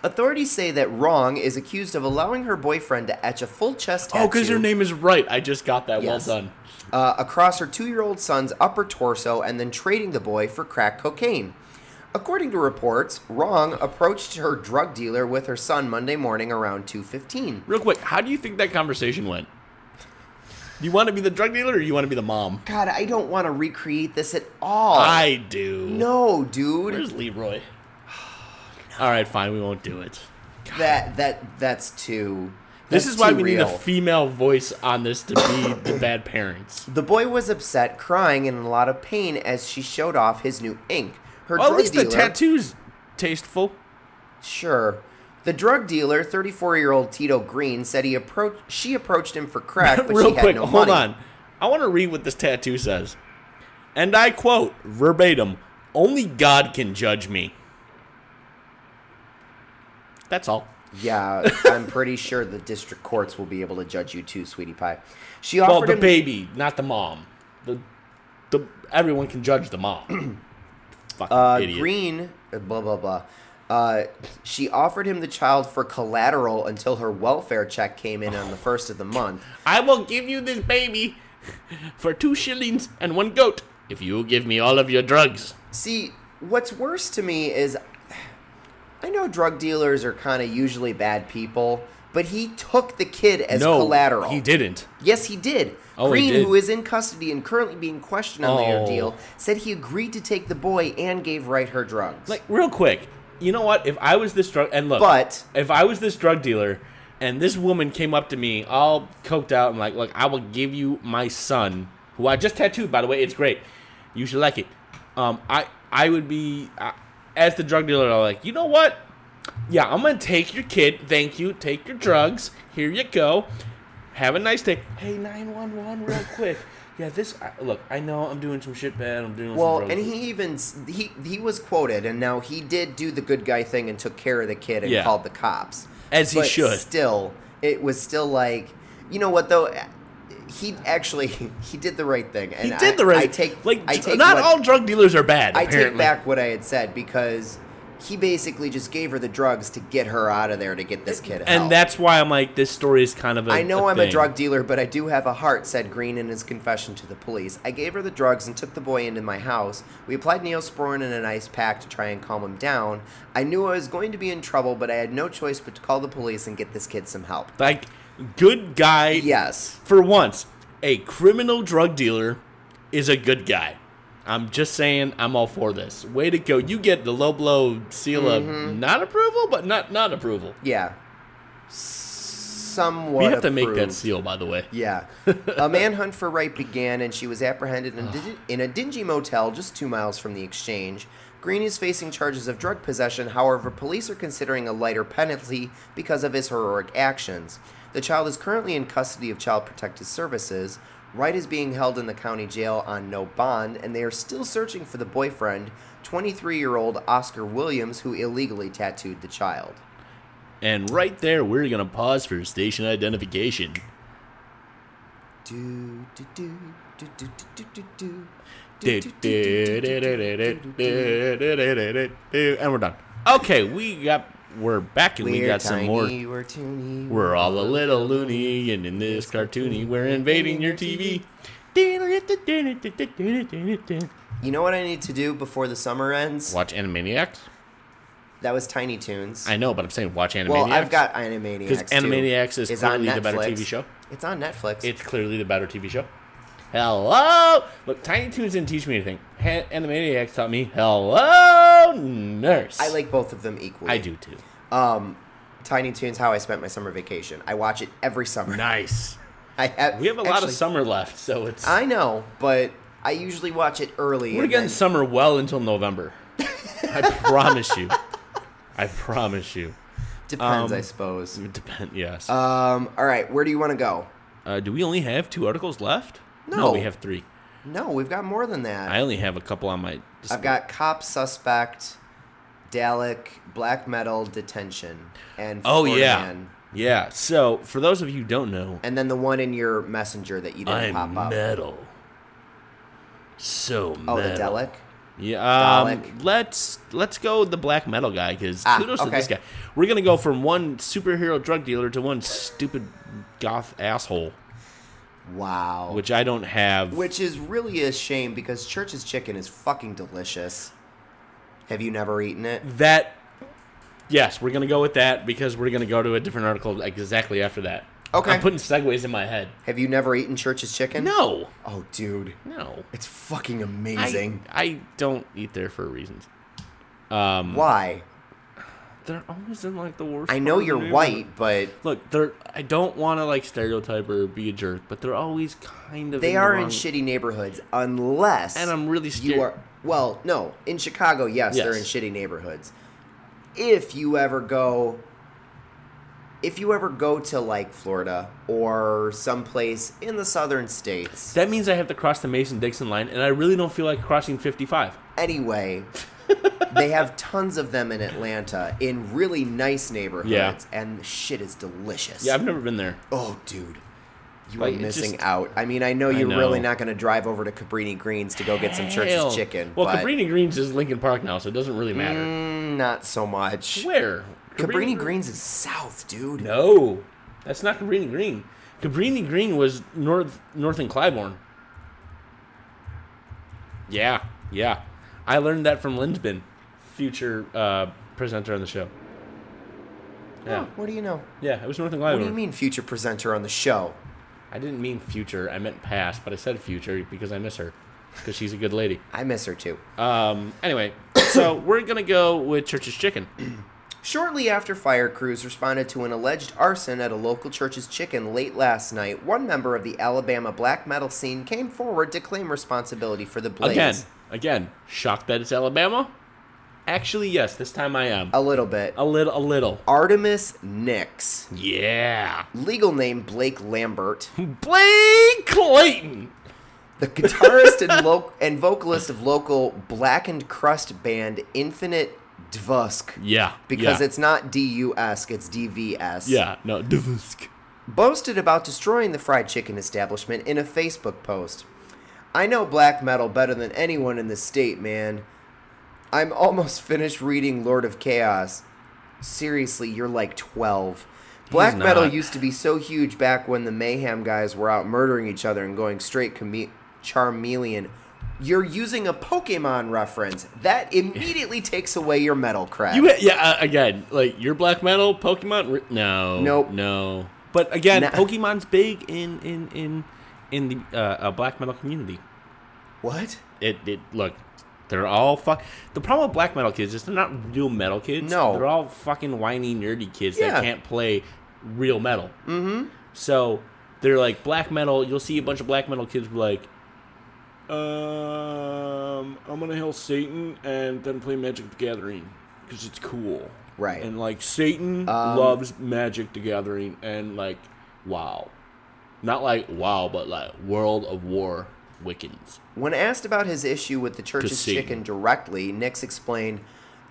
Authorities say that Wrong is accused of allowing her boyfriend to etch a full chest tattoo. Oh, because her name is right. I just got that. Yes. Well done. uh, across her two year old son's upper torso and then trading the boy for crack cocaine. According to reports, Wrong approached her drug dealer with her son Monday morning around 2.15. Real quick, how do you think that conversation went? You want to be the drug dealer or you want to be the mom? God, I don't want to recreate this at all. I do. No, dude. Where's Leroy? All right, fine. We won't do it. That that that's too. This that's is why too we need real. a female voice on this to be the bad parents. the boy was upset, crying, and in a lot of pain as she showed off his new ink. Her Well, Oh, at drug least dealer, the tattoo's tasteful. Sure. The drug dealer, 34-year-old Tito Green, said he approached. She approached him for crack, but Real she had quick, no hold money. on. I want to read what this tattoo says. And I quote verbatim Only God can judge me. That's all. Yeah, I'm pretty sure the district courts will be able to judge you too, sweetie pie. She offered Well, the him baby, not the mom. The, the everyone can judge the mom. Fucking uh, idiot. Green, uh, blah blah blah. Uh, she offered him the child for collateral until her welfare check came in on the first of the month. I will give you this baby for two shillings and one goat if you give me all of your drugs. See, what's worse to me is I know drug dealers are kind of usually bad people, but he took the kid as collateral. he didn't. Yes, he did. Oh, he Green, did. who is in custody and currently being questioned on Oh. the ordeal, said he agreed to take the boy and gave Wright her drugs. Like real quick, you know what? If I was this drug and look, But- if I was this drug dealer and this woman came up to me all coked out and like, look, I will give you my son, who I just tattooed by the way. It's great. You should like it. Um, I I would be I, as the drug dealer. I'm like, you know what? Yeah, I'm gonna take your kid. Thank you. Take your drugs. Here you go. Have a nice day. Hey, nine one one, real quick. Yeah, this I, look. I know I'm doing some shit bad. I'm doing well, Some drugs. and he even s- he he was quoted, and now he did do the good guy thing and took care of the kid and Yeah. called the cops, As he But should. Still, it was still like, you know what though. He actually he did the right thing. And He did the right. I, I take like I take not what- all drug dealers are bad. I apparently. take back what I had said because he basically just gave her the drugs to get her out of there to get this kid out. and that's why I'm like this story is kind of. a I know i I'm a drug dealer, but I do have a heart, said Green in his confession to the police. I gave her the drugs and took the boy into my house. We applied neosporin in an ice pack to try and calm him down. I knew I was going to be in trouble, but I had no choice but to call the police and get this kid some help. Like good guy. Yes. For once, a criminal drug dealer is a good guy. I'm just saying, I'm all for this. Way to go! You get the low blow seal Mm-hmm. of not approval, but not not approval. Yeah. Somewhat. we have to make that approved. seal, by the way. Yeah. a manhunt for Wright began, and she was apprehended in, a di- in a dingy motel just two miles from the exchange. Green is facing charges of drug possession, however, police are considering a lighter penalty because of his heroic actions. The child is currently in custody of Child Protective Services. Wright is being held in the county jail on no bond, and they are still searching for the boyfriend, 23 year old Oscar Williams, who illegally tattooed the child. And right there, we're gonna pause for station identification. Do, do, do, do, do, do, do, do, do. Do, do, do, do, do, do, do, do. And we're done. Okay, we got we're back and we We're got some more. tiny, We're toony, We're all a little loony, and in this cartoony, we're invading your TV. You know what I need to do before the summer ends? Watch Animaniacs. That was Tiny Toons. I know, but I'm saying watch Animaniacs. well, I've got Animaniacs. because too. Animaniacs is It's on clearly the better Netflix. TV show. It's on Netflix. It's clearly the better TV show. Hello, look, Tiny Toons didn't teach me anything. Ha- Animaniacs taught me. Hello, nurse. I like both of them equally. I do too. Um, Tiny Toons, how I spent my summer vacation. I watch it every summer. Nice. I have. We have a lot of actually, summer left, so it's I know, but I usually watch it early. we're and getting then- summer well until November. I promise you. I promise you. Depends, um, I suppose. It depend. Yes. Uh, Um. All right. Where do you want to go? do we only have two articles left? no. we have three. No, we've got more than that. I only have a couple on my. I've got cop suspect, Dalek, black metal detention, and Oh yeah, Florian. yeah. So for those of you who don't know, and then the one in your messenger that you didn't I'm pop up. metal. So metal. Oh, the Dalek. Yeah. Um, Dalek. let's let's go with the black metal guy because Ah, kudos to okay. this guy. We're gonna go from one superhero drug dealer to one stupid goth asshole, Wow. which I don't have. Which is really a shame because Church's chicken is fucking delicious. Have you never eaten it? that. Yes, we're gonna go with that because we're gonna go to a different article exactly after that. Okay. I'm putting segues in my head. Have you never eaten Church's chicken? No. Oh, dude. No. It's fucking I- amazing. I, don't eat there for reasons. Mm. Why? They're always in like the worst. I know part of you're the white, but neighborhood. Look, they're. I don't want to like stereotype or be a jerk, but they're always kind of. they the are in wrong- shitty neighborhoods unless And I'm really you scared- are well no in chicago yes, they're in Yes. shitty neighborhoods if you ever go if you ever go to like florida or someplace in the southern states That means I have to cross the Mason-Dixon line, and I really don't feel like crossing 55. anyway they have tons of them in atlanta in really nice neighborhoods Yeah. and the shit is delicious Yeah, I've never been there. oh dude you Like, are it missing just- out. I mean, I know I you're really know. not going to drive over to Cabrini Greens to go get some Hell. Church's chicken. Well, but... Cabrini Greens is Lincoln Park now, so it doesn't really matter. Mm, not so much. Where? Mm. Cabrini Gre- Greens is south, dude. No, that's not Cabrini Green. Cabrini Green was north, north in Clybourne. Yeah, yeah. I learned that from Lindsbin, future uh, presenter on the show. Yeah, What do you know? yeah. It was north in Clybourne. What do you mean future presenter on the show? I didn't mean future. I meant past, but I said future because I miss her, because she's a good lady. I miss her too. Um. Anyway, so we're gonna go with Church's Chicken. Shortly after fire crews responded to an alleged arson at a local church's chicken late last night, one member of the Alabama black metal scene came forward to claim responsibility for the blaze. Again, again. Shocked that it's Alabama. Actually, yes. This time I am. A little bit. A little, a little. Artemis Nix. Yeah. Legal name Blake Lambert. Blake Clayton. The guitarist and, lo- and vocalist of local blackened crust band Infinite Dvusk. Yeah. because yeah. it's not DUS, it's DVS. Yeah. No. Dvusk. Boasted about destroying the fried chicken establishment in a Facebook post. I know black metal better than anyone in the state, man. I'm almost finished reading Lord of Chaos. Seriously, you're like 12. Black not. metal used to be so huge back when the Mayhem guys were out murdering each other and going straight chame- Charmeleon. You're using a Pokemon reference. That immediately takes away your metal cred. You. Yeah. Uh, again, like your black metal Pokemon. Re- no. Nope. No. But again, Nah. Pokemon's big in in in in the uh, uh, black metal community. what? it, it look they're all fuck the problem with black metal kids is they're not real metal kids No. they're all fucking whiny nerdy kids Yeah. that can't play real metal mm-hmm so they're like black metal you'll see a bunch of black metal kids be like um i'm gonna hail satan and then play magic the gathering because it's cool Right. Um, and like satan loves magic the gathering and like wow not like wow but like world of war wiccans When asked about his issue with the To church's see. chicken directly, Nix explained,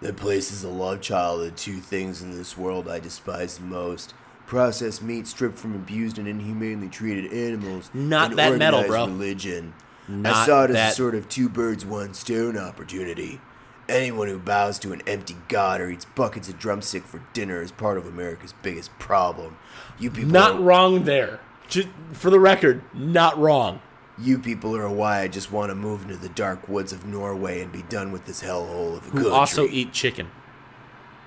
The place is a love child of the two things in this world I despise the most. Processed meat stripped from abused and inhumanely treated animals. Not and that metal, bro. organized religion. I Not saw it as that- a sort of two birds, one stone opportunity. Anyone who bows to an empty god or eats buckets of drumstick for dinner is part of America's biggest problem. You people Not are- wrong there. Just for the record, not wrong. You people are why I just want to move into the dark woods of Norway and be done with this hellhole of Who a country. also eat chicken.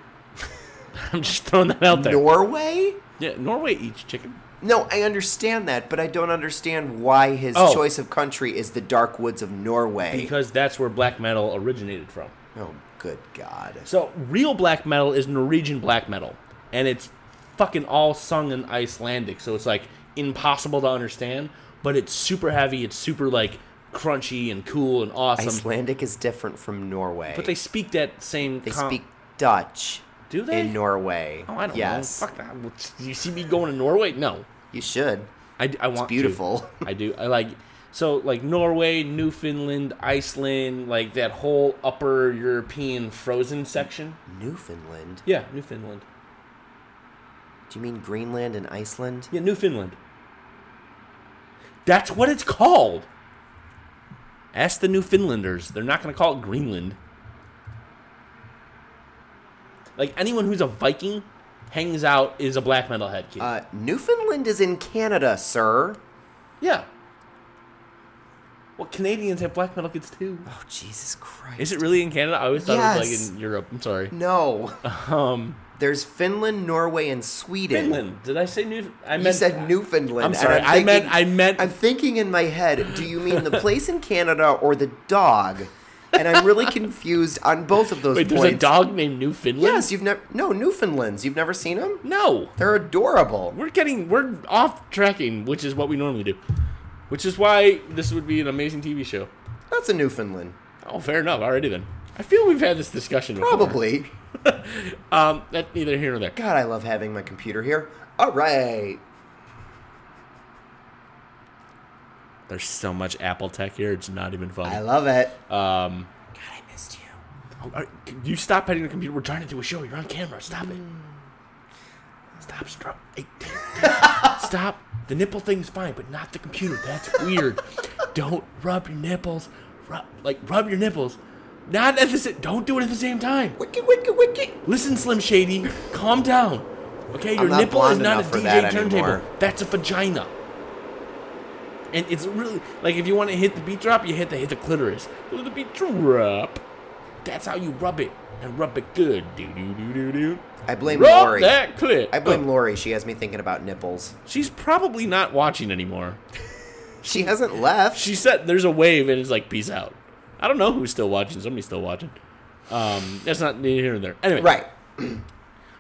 I'm just throwing that out there. Norway? yeah, Norway eats chicken. No, I understand that, but I don't understand why his Oh. choice of country is the dark woods of Norway. Because that's where black metal originated from. oh, good God. So real black metal is Norwegian black metal. And it's fucking all sung in Icelandic. So it's like impossible to understand, but it's super heavy. It's super like crunchy and cool and awesome. Icelandic is different from Norway. But they speak that same. They com- speak Dutch. Do they? In Norway. Oh, I don't yes. know. Fuck that. Well, t- You see me going to Norway? No, You should. I, d- I want to. beautiful. I do. I like so like Norway, Newfoundland, Iceland, like that whole upper European frozen section. Newfoundland? Yeah, Newfoundland. Do you mean Greenland and Iceland? Yeah, Newfoundland. That's what it's called. Ask the Newfoundlanders. They're not going to call it Greenland. Like anyone who's a Viking hangs out is a black metal head kid. Uh, Newfoundland is in Canada, sir. yeah. Well, Canadians have black metal kids too. Oh, Jesus Christ. Is it really in Canada? I always thought it was Yes. like in Europe. I'm sorry. No. Um, There's Finland, Norway, and Sweden. Finland. Did I say New? I You meant said Newfoundland. I'm and sorry. I meant- I meant- I'm thinking in my head. Do you mean the place in Canada or the dog? And I'm really confused on both of those Wait, points. there's a dog named Newfoundland. Yes, you've never. No, Newfoundlands. You've never seen them? No. They're adorable. We're getting we're off tracking, which is what we normally do. Which is why this would be an amazing TV show. That's a Newfoundland. Oh, fair enough. Already then. I feel we've had this discussion before. Probably. Um, that neither here nor there. God, I love having my computer here. All right. There's so much Apple tech here. It's not even I funny. love it. Um, God, I missed you. oh, all right, can you stop petting the computer. We're trying to do a show. You're on camera. Stop it. Stop. Stop. Stop. The nipple thing's fine, but not the computer. That's weird. Don't rub your nipples. Rub, like rub your nipples. Not at the. sa- Don't do it at the same time. Wiki, wiki, wiki. Listen, Slim Shady, calm down. Okay, your not nipple is blonde not a enough for DJ that turntable. anymore. That's a vagina. And it's really like if you want to hit the beat drop, you hit the hit the clitoris. Well, the beat drop. That's how you rub it and rub it good. Do do do do do. I blame Rub Lori. that clit. I blame Oh, Lori. She has me thinking about nipples. she's probably not watching anymore. She hasn't left. She said there's a wave and it's like peace out. I don't know who's still watching. Somebody's still watching. Um, that's not neither here nor there. Anyway, right.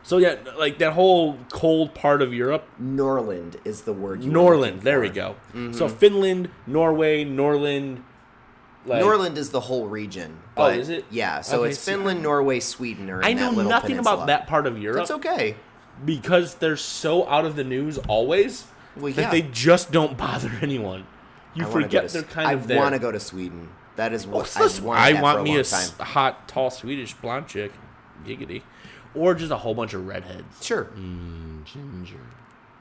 So yeah, like that whole cold part of Europe, Norland is the word. you were Norland. looking There we for. go. So Finland, Norway, Norland. Like, Norland is the whole region. Oh, but- is it? Yeah. So Okay, it's see, Finland, Norway, Sweden, or I know nothing about that part of Europe That's okay. because they're so out of the news always Well, that yeah. they just don't bother anyone. You I wanna go forget to they're S- kind I of there. want to go to Sweden. That is what What's this- I I wanted that want for a me long a s- time. hot, tall Swedish blonde chick, giggity, or just a whole bunch of redheads. Sure. Ginger.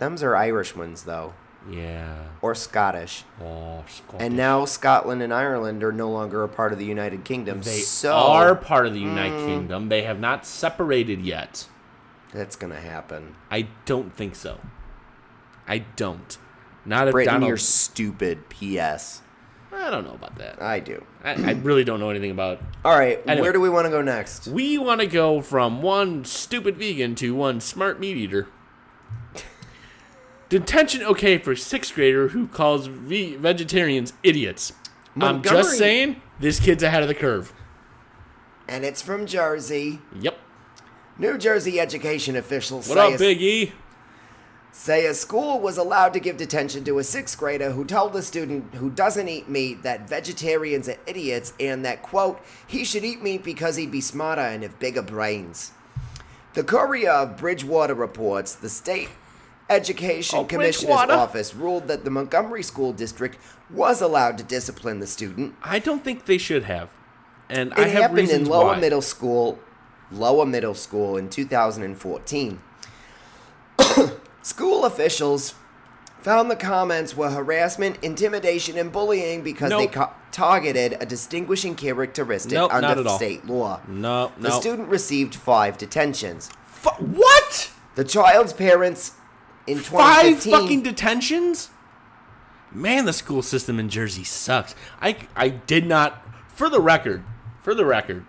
Them's are Irish ones though, Yeah. or Scottish. Oh, And now Scotland and Ireland are no longer a part of the United Kingdom. They so Mm. are part of the United Kingdom. They have not separated yet. that's gonna happen. I don't think so. I don't. Not if Britain, Donald. you're stupid. P.S. I don't know about that. I do. I, I really don't know anything about. All right. Anyway. Where do we want to go next? We want to go from one stupid vegan to one smart meat eater. Detention okay for sixth grader who calls ve- vegetarians idiots. I'm Montgomery- just saying, this kid's ahead of the curve. And it's from Jersey. Yep. New Jersey education officials What say, up, a, Big E? say a school was allowed to give detention to a sixth grader who told the student who doesn't eat meat that vegetarians are idiots and that, quote, he should eat meat because he'd be smarter and have bigger brains. The Courier of Bridgewater reports the state education Oh, commissioner's Bridgewater. office ruled that the Montgomery School District was allowed to discipline the student I don't think they should have. And I it have happened reasons in lower why. middle school, lower middle school in 2014. school officials found the comments were harassment, intimidation, and bullying because they Nope. co- targeted a distinguishing characteristic Nope, not under at all. state law. No, The no. student received five detentions. Fu- what? The child's parents in Five 2015 fucking detentions? Man, the school system in Jersey sucks. I, I did not, for the record, for the record,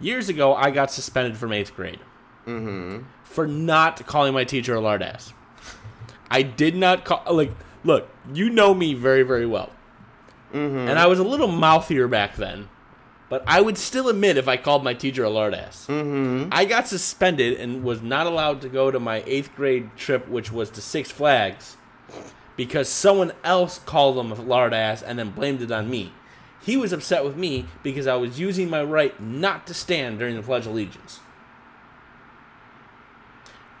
years ago I got suspended from eighth grade for not calling my teacher a lard ass. I did not call, like, look, you know me very, very well. And I was a little mouthier back then, but I would still admit if I called my teacher a lard ass. I got suspended and was not allowed to go to my eighth grade trip, which was to Six Flags, because someone else called him a lard ass and then blamed it on me. He was upset with me because I was using my right not to stand during the Pledge of Allegiance.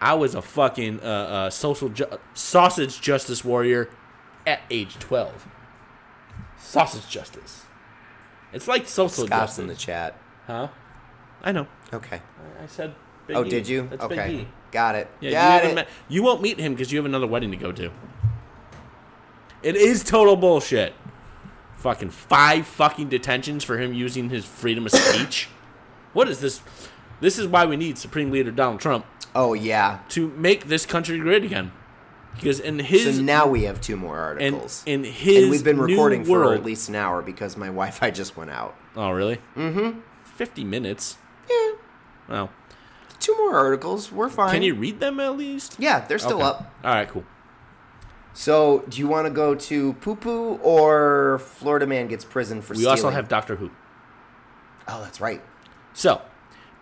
I was a fucking uh, uh, social ju- sausage justice warrior at age 12. Sausage justice. It's like social Scott's justice. in the chat. Huh? I know. Okay. I- I said. Big oh, E. did you? That's okay. Big E. Got it. Yeah, Got you, it. haven't met- you won't meet him because you have another wedding to go to. It is total bullshit. Fucking five fucking detentions for him using his freedom of speech. what is this? This is why we need Supreme Leader Donald Trump oh yeah. to make this country great again. Because in his So now we have two more and articles. in his and we've been new recording world, for at least an hour because my Wi-Fi just went out. Oh really? Mm-hmm. Fifty minutes. Yeah. Wow. Two more articles. We're fine. Can you read them at least? Yeah, they're still Okay. up. All right. Cool. So, do you want to go to poo poo or Florida man gets prison for We stealing? also have Doctor Who. Oh, that's right. So,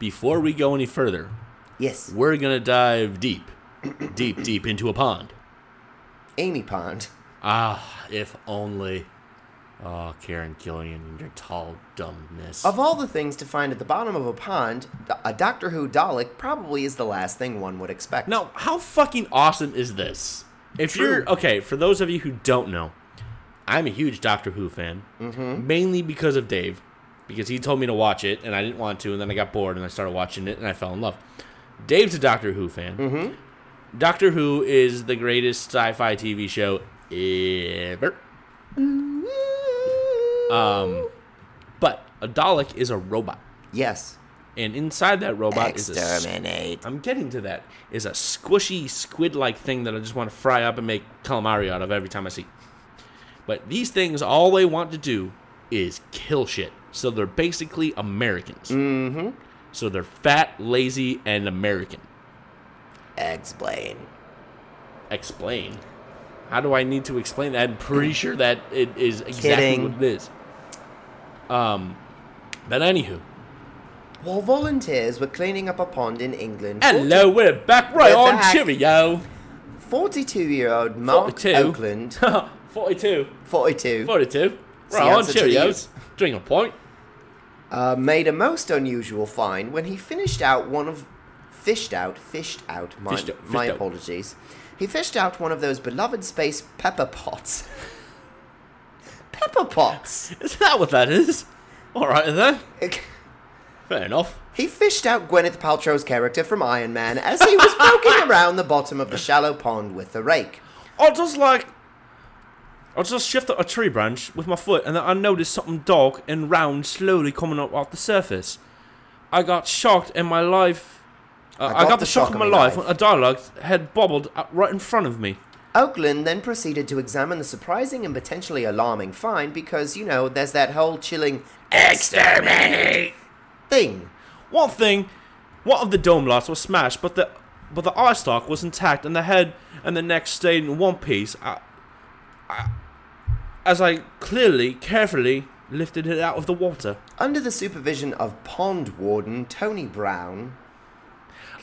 before we go any further, Yes. we're gonna dive deep, deep, deep into a pond. Amy Pond. Ah, if only. Oh, Karen Gillian and your tall dumbness. Of all the things to find at the bottom of a pond, a Doctor Who Dalek probably is the last thing one would expect. Now, how fucking awesome is this? If you're okay, for those of you who don't know, I'm a huge Doctor Who fan, mainly because of Dave, because he told me to watch it and I didn't want to, and then I got bored and I started watching it and I fell in love. Dave's a Doctor Who fan. Doctor Who is the greatest sci-fi TV show ever. Um, but a Dalek is a robot, Yes. and inside that robot is a Exterminate. I'm getting to that. Is a squishy squid-like thing that I just want to fry up and make calamari out of every time I see. But these things, all they want to do is kill shit. So they're basically Americans. Mm-hmm. So they're fat, lazy, and American. Explain. Explain. How do I need to explain that? I'm pretty sure that it is exactly Kidding. what it is. Um, but anywho, While volunteers were cleaning up a pond in England, hello, we're back right We're on back. Cheerio. 42-year-old Mark 42. Oakland, 42. 42, 42. See, Right, on answer to Cheerios. these. Drink a point. uh, made a most unusual find when he finished out one of fished out fished out my, Fished out, fished my out. apologies he fished out one of those beloved space pepper pots pepper pots Is that what that is? All right, then. Fair enough. he fished out gwyneth paltrow's character from iron man as he was poking around the bottom of the shallow pond with the rake I'll just like. I'll just shift up a tree branch with my foot, and then I noticed something dark and round slowly coming up off the surface. I got shocked, and my life. Uh, I, got the, shock, of my life, when a dialogue had bobbled up right in front of me. Oakland then proceeded to examine the surprising and potentially alarming find because, you know, there's that whole chilling Exterminate! thing. One thing, one of the dome lights was smashed, but the but the eye stalk was intact, and the head and the neck stayed in one piece. I, I, as I clearly, carefully lifted it out of the water. Under the supervision of Pond Warden Tony Brown,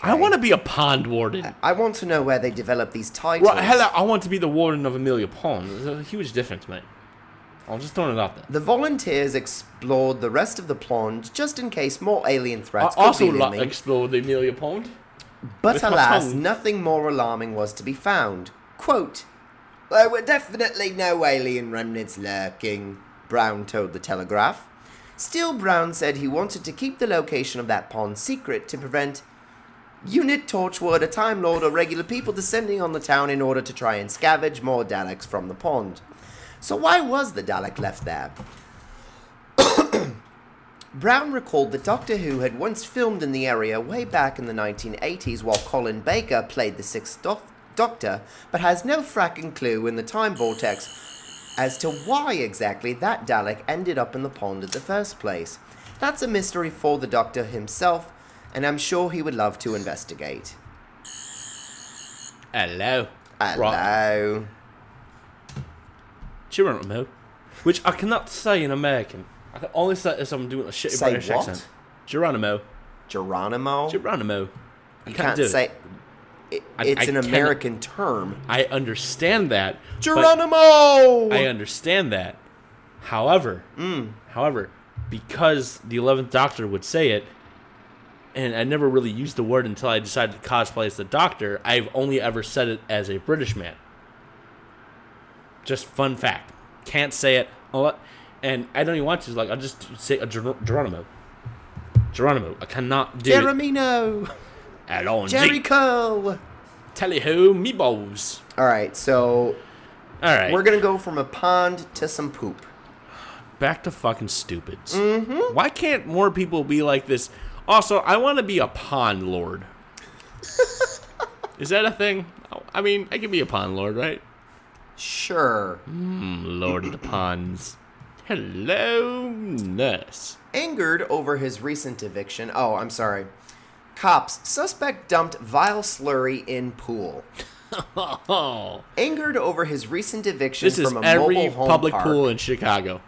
I want to be a pond warden. I want to know where they developed these titles. Right, hello, I want to be the warden of Amelia Pond. There's a huge difference, mate. I'm just throwing it out there. The volunteers explored the rest of the pond just in case more alien I threats could also be like looming. explore the Amelia Pond. but with my alas, tongue. nothing more alarming was to be found. Quote, There were definitely no alien remnants lurking, Brown told the Telegraph. Still, Brown said he wanted to keep the location of that pond secret to prevent Unit Torchwood, a Time Lord, or regular people descending on the town in order to try and scavenge more Daleks from the pond. So, why was the Dalek left there? Brown recalled that Doctor Who had once filmed in the area way back in the 1980s while Colin Baker played the Sixth doc- Doctor, but has no fracking clue in the time vortex as to why exactly that Dalek ended up in the pond in the first place. That's a mystery for the Doctor himself, and I'm sure he would love to investigate. Hello. Hello. Geronimo, which I cannot say in American. I can only say it if I'm doing a shitty Say British what? accent. Geronimo. Geronimo? Geronimo. You, Can't do it. say. it, I- it's I an cannot- American term. I understand that. but Geronimo. I understand that. However, however, because the eleventh Doctor would say it, and I never really used the word until I decided to cosplay as the Doctor. I've only ever said it as a British man. Just fun fact. Can't say it. a lot- And I don't even want to. Like I'll just say a Ger- Geronimo. Geronimo. I cannot do it. Jeremino. Alonzi. Jericho. Tally-ho, meatballs. All right, so All right. we're gonna go from a pond to some poop. back to fucking stupids. Mm-hmm. Why can't more people be like this? Also, I want to be a pond lord. Is that a thing? I mean, I can be a pond lord, right? Sure. Lord of the ponds. Hello, nurse. Angered over his recent eviction. Oh, I'm sorry. Cops. Suspect dumped vile slurry in pool. Oh, Angered over his recent eviction this is from a every mobile home public park. pool in Chicago.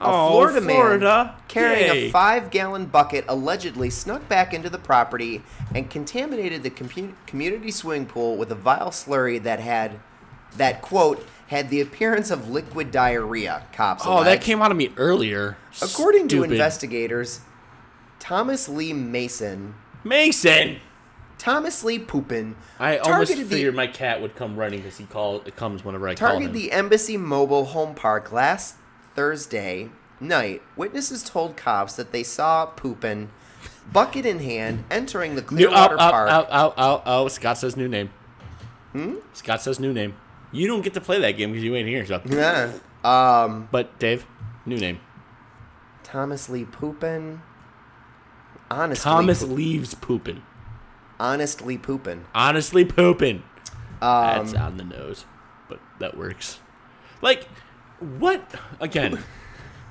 A oh, Florida, Florida. man carrying Yay. a five gallon bucket allegedly snuck back into the property and contaminated the compu- community swimming pool with a vile slurry that had, that quote, had the appearance of liquid diarrhea, cops Oh, that alleged. came out of me earlier. According Stupid. to investigators, Thomas Lee Mason, Mason. Thomas Lee Poopin, I almost targeted figured the my cat would come running because he call it comes whenever I call him. Targeted the Embassy Mobile Home Park last Thursday night. Witnesses told cops that they saw Poopin, bucket in hand, entering the New, out, Clearwater out, Park. out, out, out, out. Scott says new name. Hmm? Scott says new name. You don't get to play that game because you ain't here. So. Yeah. Um, But Dave, new name. Thomas Lee Poopin. Honestly, Thomas Poop- leaves pooping. honestly Poopin. Honestly, pooping. That's Um, on the nose, but that works. Like, what? Again,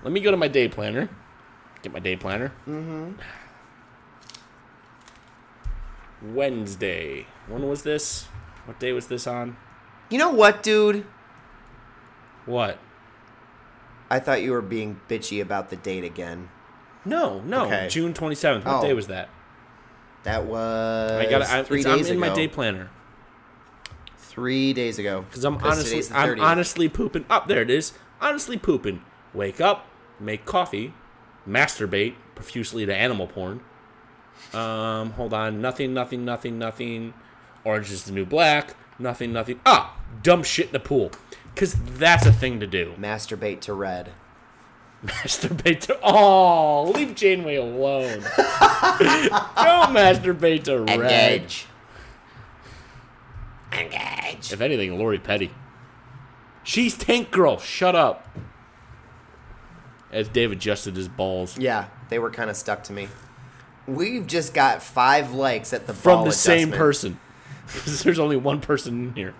let me go to my day planner. Get my day planner. Mm-hmm. Wednesday. When was this? What day was this on? you know what, dude? What? I thought you were being bitchy about the date again. No, no. Okay. June twenty seventh. What Oh. day was that? That was I got. I, three it's, I'm days in ago. my day planner three days ago. because I'm honestly, today's the I'm 30th. honestly pooping. Up there it is. Honestly pooping. Wake up, make coffee, masturbate profusely to animal porn. Um, hold on. Nothing. Nothing. Nothing. Nothing. Orange is the new black. Nothing. Nothing. Ah, dump shit in the pool. Cause that's a thing to do. Masturbate to red. Masturbate to oh, leave Janeway alone. Don't masturbate to red. Engage. If anything, Lori Petty. She's Tank Girl. Shut up. As Dave adjusted his balls Yeah, they were kind of stuck to me. We've just got five likes at the from the same person. 'Cause There's only one person in here.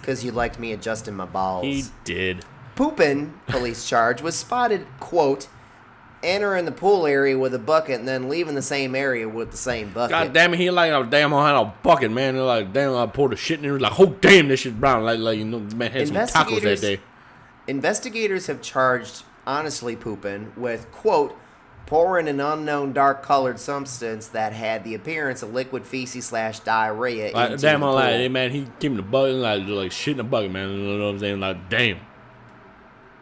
because you liked me adjusting my balls. He did. Poopin, police charge, was spotted, quote, entering the pool area with a bucket and then leaving the same area with the same bucket. God damn it, he like a damn on a bucket, man. They're like, damn, I poured a shit in there. Like, oh damn, this shit brown. Like, like you know, man had some tacos that Investigators- day. Investigators have charged Honestly Poopin with, quote, pouring an unknown dark colored substance that had the appearance of liquid feces slash diarrhea. Like, into damn, the I'm like, pool. hey man, he gave me the bucket, like, like shit in the bucket, man. You know what I'm saying? Like, damn.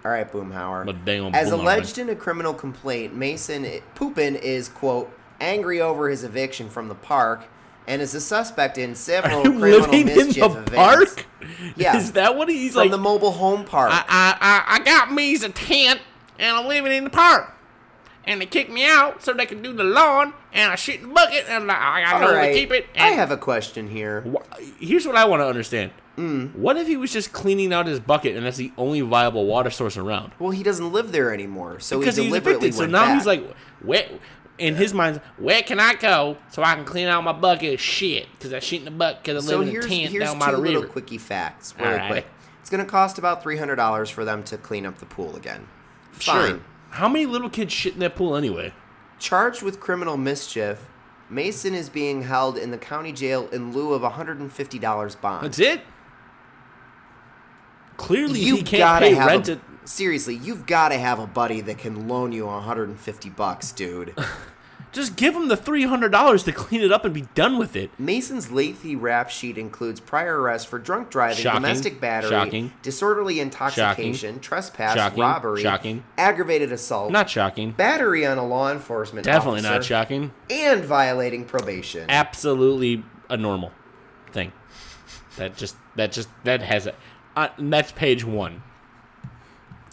All right, Boomhauer. But damn, As Boomhauer, alleged in a criminal complaint, Mason Poopin is quote angry over his eviction from the park and is a suspect in several Are you Oh, criminal living in mischief the events park? Yeah. Is that what he's from like? the mobile home park. I, I, I got me a tent and I'm living in the park. And they kicked me out so they could do the lawn and I shit in the bucket and I, I got All right, I have a question here. Here's what I want to understand. Mm. What if he was just cleaning out his bucket and that's the only viable water source around? Well, he doesn't live there anymore, so Because he he's deliberately evicted, so went now back. he's like, where? In his mind, where can I go so I can clean out my bucket of shit? Because I shit in the bucket because I So live in here's, a tent here's down two by the little river. quickie facts, really All right. quick. It's going to cost about three hundred dollars for them to clean up the pool again. Fine. Sure. How many little kids shit in that pool anyway? Charged with criminal mischief, Mason is being held in the county jail in lieu of $150 bond. That's it. Clearly, You he can't gotta pay have rent. a, it- Seriously, you've got to have a buddy that can loan you 150 bucks, dude. Just give him the three hundred dollars to clean it up and be done with it. Mason's lengthy rap sheet includes prior arrests for drunk driving, Shocking. domestic battery, Shocking. disorderly intoxication, Shocking. trespass, Shocking. robbery, Shocking. aggravated assault, Not shocking. battery on a law enforcement Definitely officer, not shocking. and violating probation. Absolutely a normal thing. That just that just that has it. Uh, and that's page one.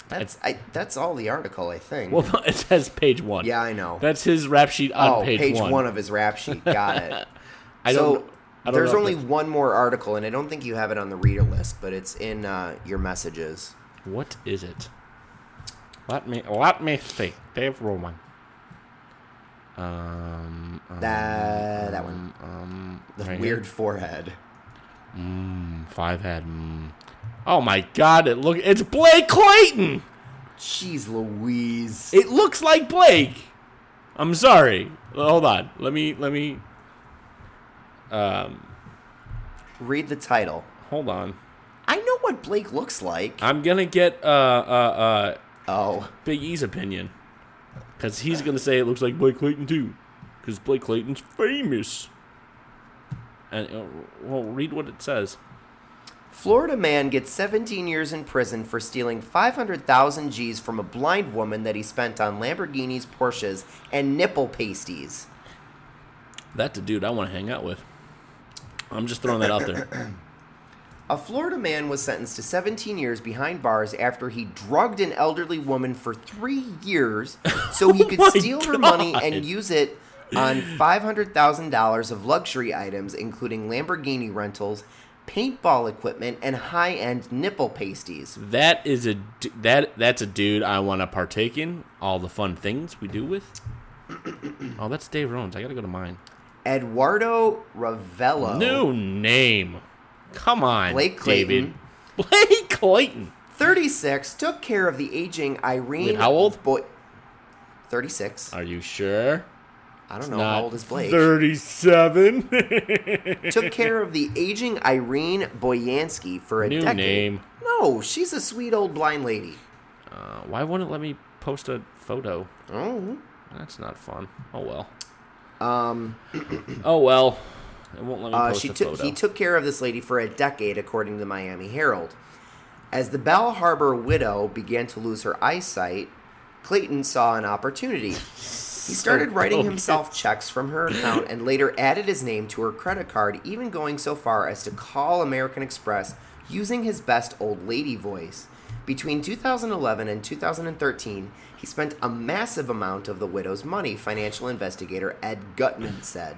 that's I, that's all the article, I think. Well, no, it says page one. Yeah, I know. That's his rap sheet on oh, page, one. one. of his rap sheet. Got it. I so don't. I don't there's know if only that's- one more article, and I don't think you have it on the reader list, but it's in uh, your messages. What is it? Let me let me see. Dave Roman. Um, um, That that one, um, the right here. weird forehead. five head. Mm. Oh my God! It look. It's Blake Clayton. Jeez Louise. It looks like Blake. I'm sorry. Hold on. Let me. Let me. Um. Read the title. Hold on. I know what Blake looks like. I'm gonna get uh uh uh oh, Big E's opinion, because he's gonna say it looks like Blake Clayton too, because Blake Clayton's famous. And uh, well, read what it says. Florida man gets 17 years in prison for stealing 500,000 G's from a blind woman that he spent on Lamborghinis, Porsches, and nipple pasties. That's a dude I want to hang out with. I'm just throwing that out there. A Florida man was sentenced to 17 years behind bars after he drugged an elderly woman for three years so he could Oh my steal her money God. and use it on $500,000 of luxury items, including Lamborghini rentals, paintball equipment, and high end nipple pasties. That is a d- that that's a dude I want to partake in all the fun things we do with. Oh, that's Dave Rones. I gotta go to mine. Eduardo Ravello, New name. Come on, Blake Clayton. David. Blake Clayton. 36, took care of the aging Irene. Wait, how old? Boy- 36. Are you sure? I don't know how old is Blake. Thirty-seven. took care of the aging Irene Boyansky for a New decade. name. No, she's a sweet old blind lady. Uh, why won't it let me post a photo? Oh. That's not fun. Oh well. Um, Oh well. It won't let me uh, post she a took photo. he took care of this lady for a decade, according to the Miami Herald. As the Bell Harbor widow began to lose her eyesight, Clayton saw an opportunity. He started writing broken. himself checks from her account and later added his name to her credit card, even going so far as to call American Express using his best old lady voice. Between 2011 and 2013, he spent a massive amount of the widow's money, financial investigator Ed Gutman said.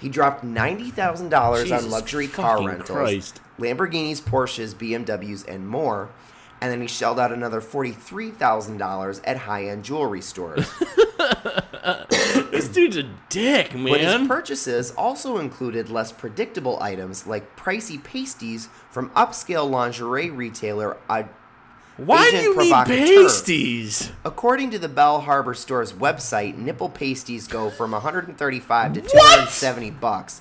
He dropped $90,000 on Jesus luxury car fucking rentals, Christ. Lamborghinis, Porsches, BMWs, and more. And then he shelled out another $43,000 at high end jewelry stores. this dude's a dick, But his man. purchases also included less predictable items like pricey pasties from upscale lingerie retailer. uh, Ad- why do agent you need provocateur. pasties? According to the Bell Harbor Store's website, nipple pasties go from 135 to What? 270 bucks.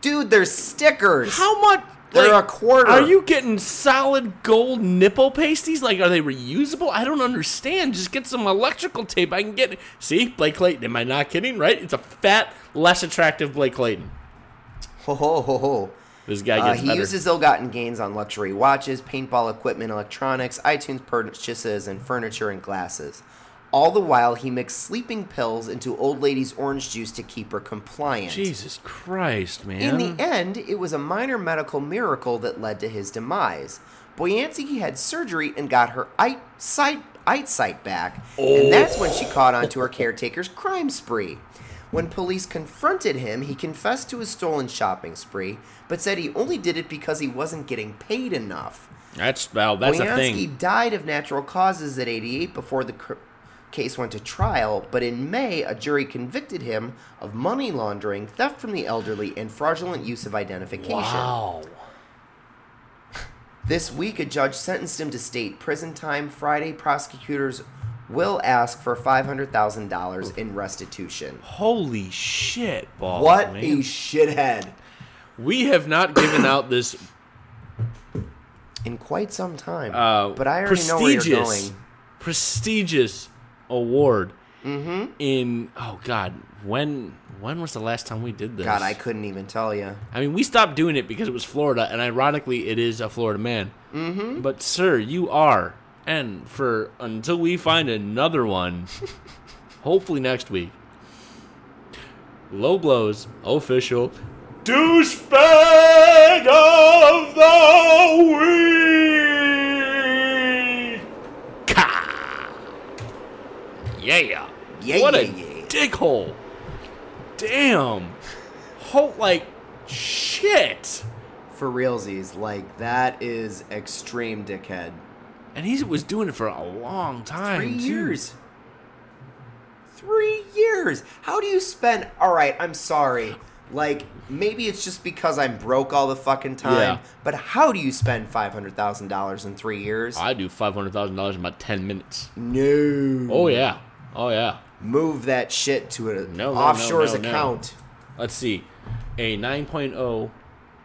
Dude, they're stickers. How much? They're a quarter. Are you getting solid gold nipple pasties? Like, are they reusable? I don't understand. Just get some electrical tape. I can get. See, Blake Clayton. Am I not kidding? Right? It's a fat, less attractive Blake Clayton. Ho ho ho ho. This guy Uh, gets he better. uses ill-gotten gains on luxury watches, paintball equipment, electronics, iTunes purchases, and furniture and glasses. All the while, he mixed sleeping pills into old lady's orange juice to keep her compliant. Jesus Christ, man. In the end, it was a minor medical miracle that led to his demise. Boyansky had surgery and got her eyesight, eyesight back, and that's when she caught on to her caretaker's crime spree. When police confronted him, he confessed to his stolen shopping spree, but said he only did it because he wasn't getting paid enough. That's well, that's a Boyansky thing. died of natural causes at 88 before the cr- case went to trial, but in May, a jury convicted him of money laundering, theft from the elderly, and fraudulent use of identification. Wow. This week, a judge sentenced him to state prison time. Friday, prosecutors will ask for $500,000 in restitution. Holy shit, balls. What Oh, man. a shithead. we have not given out this In quite some time. uh, but I already know where prestigious, you're going. prestigious award. Mm-hmm. in oh god, when when was the last time we did this? God, I couldn't even tell you. I mean, we stopped doing it because it was Florida, and ironically, it is a Florida man. Mm-hmm. But sir, you are, and for until we find another one, hopefully next week. Low blows official douchebag of the week. Ka! Yeah. Yeah, What a yeah, yeah. dickhole. Damn. Hope like shit. For realsies, like that is extreme dickhead. And he was doing it for a long time. Three too. years. Three years. How do you spend? All right, I'm sorry. Like maybe it's just because I'm broke all the fucking time. Yeah. But how do you spend five hundred thousand dollars in three years? I do five hundred thousand dollars in about ten minutes. no. Oh yeah. Oh yeah. Move that shit to an No, no, offshore's no, no, no. account. Let's see. A 9.0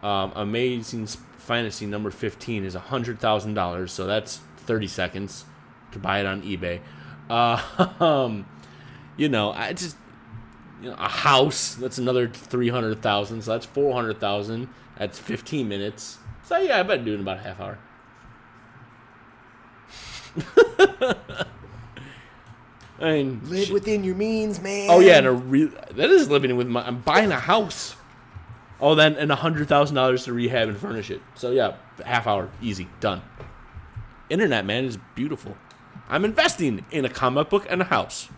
um, Amazing S- Fantasy number 15 is $100,000. So that's 30 seconds to buy it on eBay. Uh, um, you know, I just. You know, a house that's another 300,000. So that's 400,000. That's 15 minutes. So yeah, I bet do it in about a half hour. I mean, Live within your means, man. Oh yeah, and a re- that is living with my. I'm buying a house. Oh, then and a hundred thousand dollars to rehab and furnish it. So yeah, half hour, easy, done. Internet man is beautiful. I'm investing in a comic book and a house.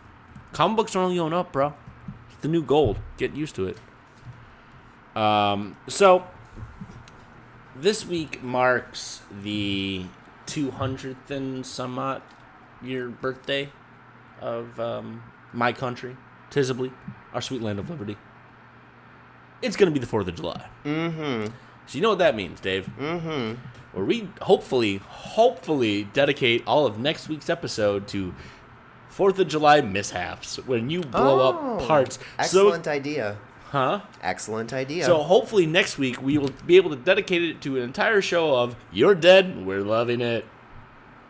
Comic books are only going up, bro. It's the new gold. Get used to it. Um, so this week marks the 200th and some odd year birthday of um, my country, Tisably, our sweet land of liberty. It's going to be the 4th of July. Mm-hmm. So you know what that means, Dave. Mm-hmm. Where we hopefully, hopefully dedicate all of next week's episode to 4th of July mishaps when you blow Oh, up parts. Excellent So, idea. huh? Excellent idea. So hopefully next week we will be able to dedicate it to an entire show of "You're Dead, We're Loving It,"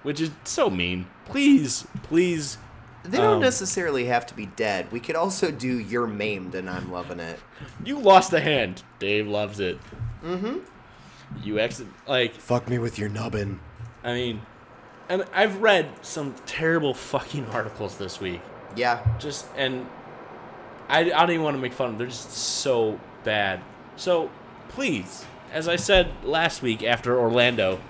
which is so mean. Please, please, they don't um, necessarily have to be dead. We could also do "You're Maimed" and I'm loving it. you lost a hand. Dave loves it. Mm-hmm. You exit like Fuck me with your nubbin. I mean, and I've read some terrible fucking articles this week. Yeah, Just and I, I don't even want to make fun of. them. They're just so bad. So please, as I said last week after Orlando,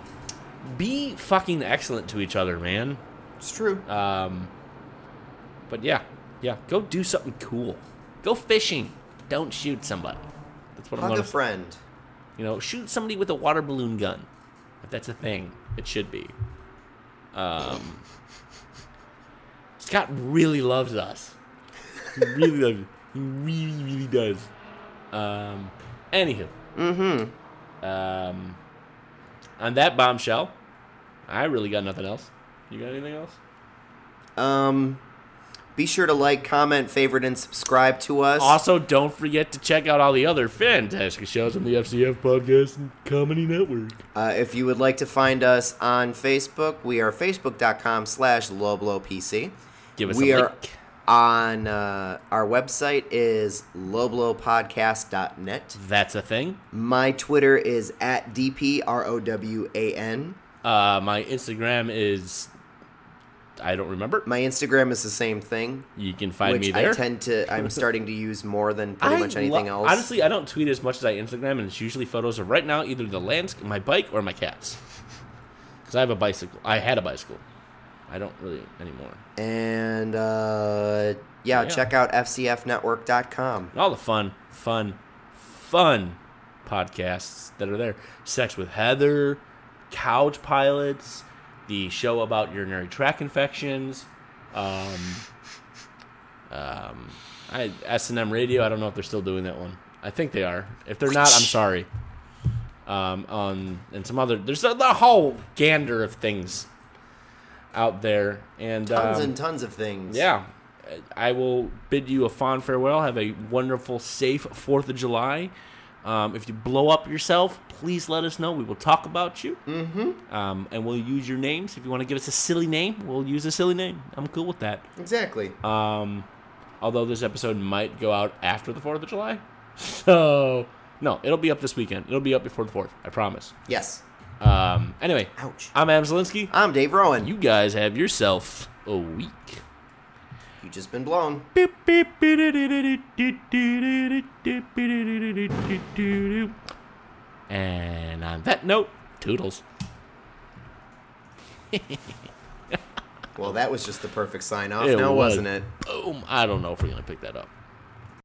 be fucking excellent to each other, man. it's true. Um, but yeah, yeah, go do something cool. Go fishing. Don't shoot somebody. That's what I'm Hug gonna. a friend. You know, shoot somebody with a water balloon gun. If that's a thing, it should be. Um, Scott really loves us. He really loves. He really, really does. Um, anywho. Mm-hmm. Um, on that bombshell, I really got nothing else. You got anything else? Um, be sure to like, comment, favorite, and subscribe to us. Also, don't forget to check out all the other fantastic shows on the FCF Podcast and Comedy Network. Uh, if you would like to find us on Facebook, we are facebook.com slash loblopc. Give us we a are like. on uh, our website is loblopodcast.net. That's a thing. My Twitter is at dprowan. Uh, my Instagram is I don't remember. My Instagram is the same thing, You can find which me there. I tend to. I'm starting to use more than pretty I much anything lo- else. Honestly, I don't tweet as much as I Instagram, and it's usually photos of right now either the lands, my bike, or my cats. Because I have a bicycle. I had a bicycle. I don't really anymore. and uh, yeah, Yeah. check out fcfnetwork.com. and all the fun, fun, fun podcasts that are there. Sex with Heather, Couch Pilots, the show about urinary tract infections, um, um, I, S&M Radio. I don't know if they're still doing that one. I think they are. If they're not, I'm sorry. Um, on and some other. There's a, the whole gander of things out there, and Tons um, and tons of things. yeah. I will bid you a fond farewell. Have a wonderful, safe 4th of July. Um, if you blow up yourself, please let us know. We will talk about you. Mm-hmm. Um, and we'll use your names. If you want to give us a silly name, we'll use a silly name. I'm cool with that. Exactly. Uh, Although this episode might go out after the 4th of July. So, no, it'll be up this weekend. It'll be up before the 4th. I promise. yes. Um, anyway, Ouch. Uh, I'm Adam Zelinsky. I'm Dave Rowan. You guys have yourself a week. you just been blown. And on that note, toodles. Well, that was just the perfect sign off, It now was. wasn't it? Boom. I don't know if we're going to pick that up.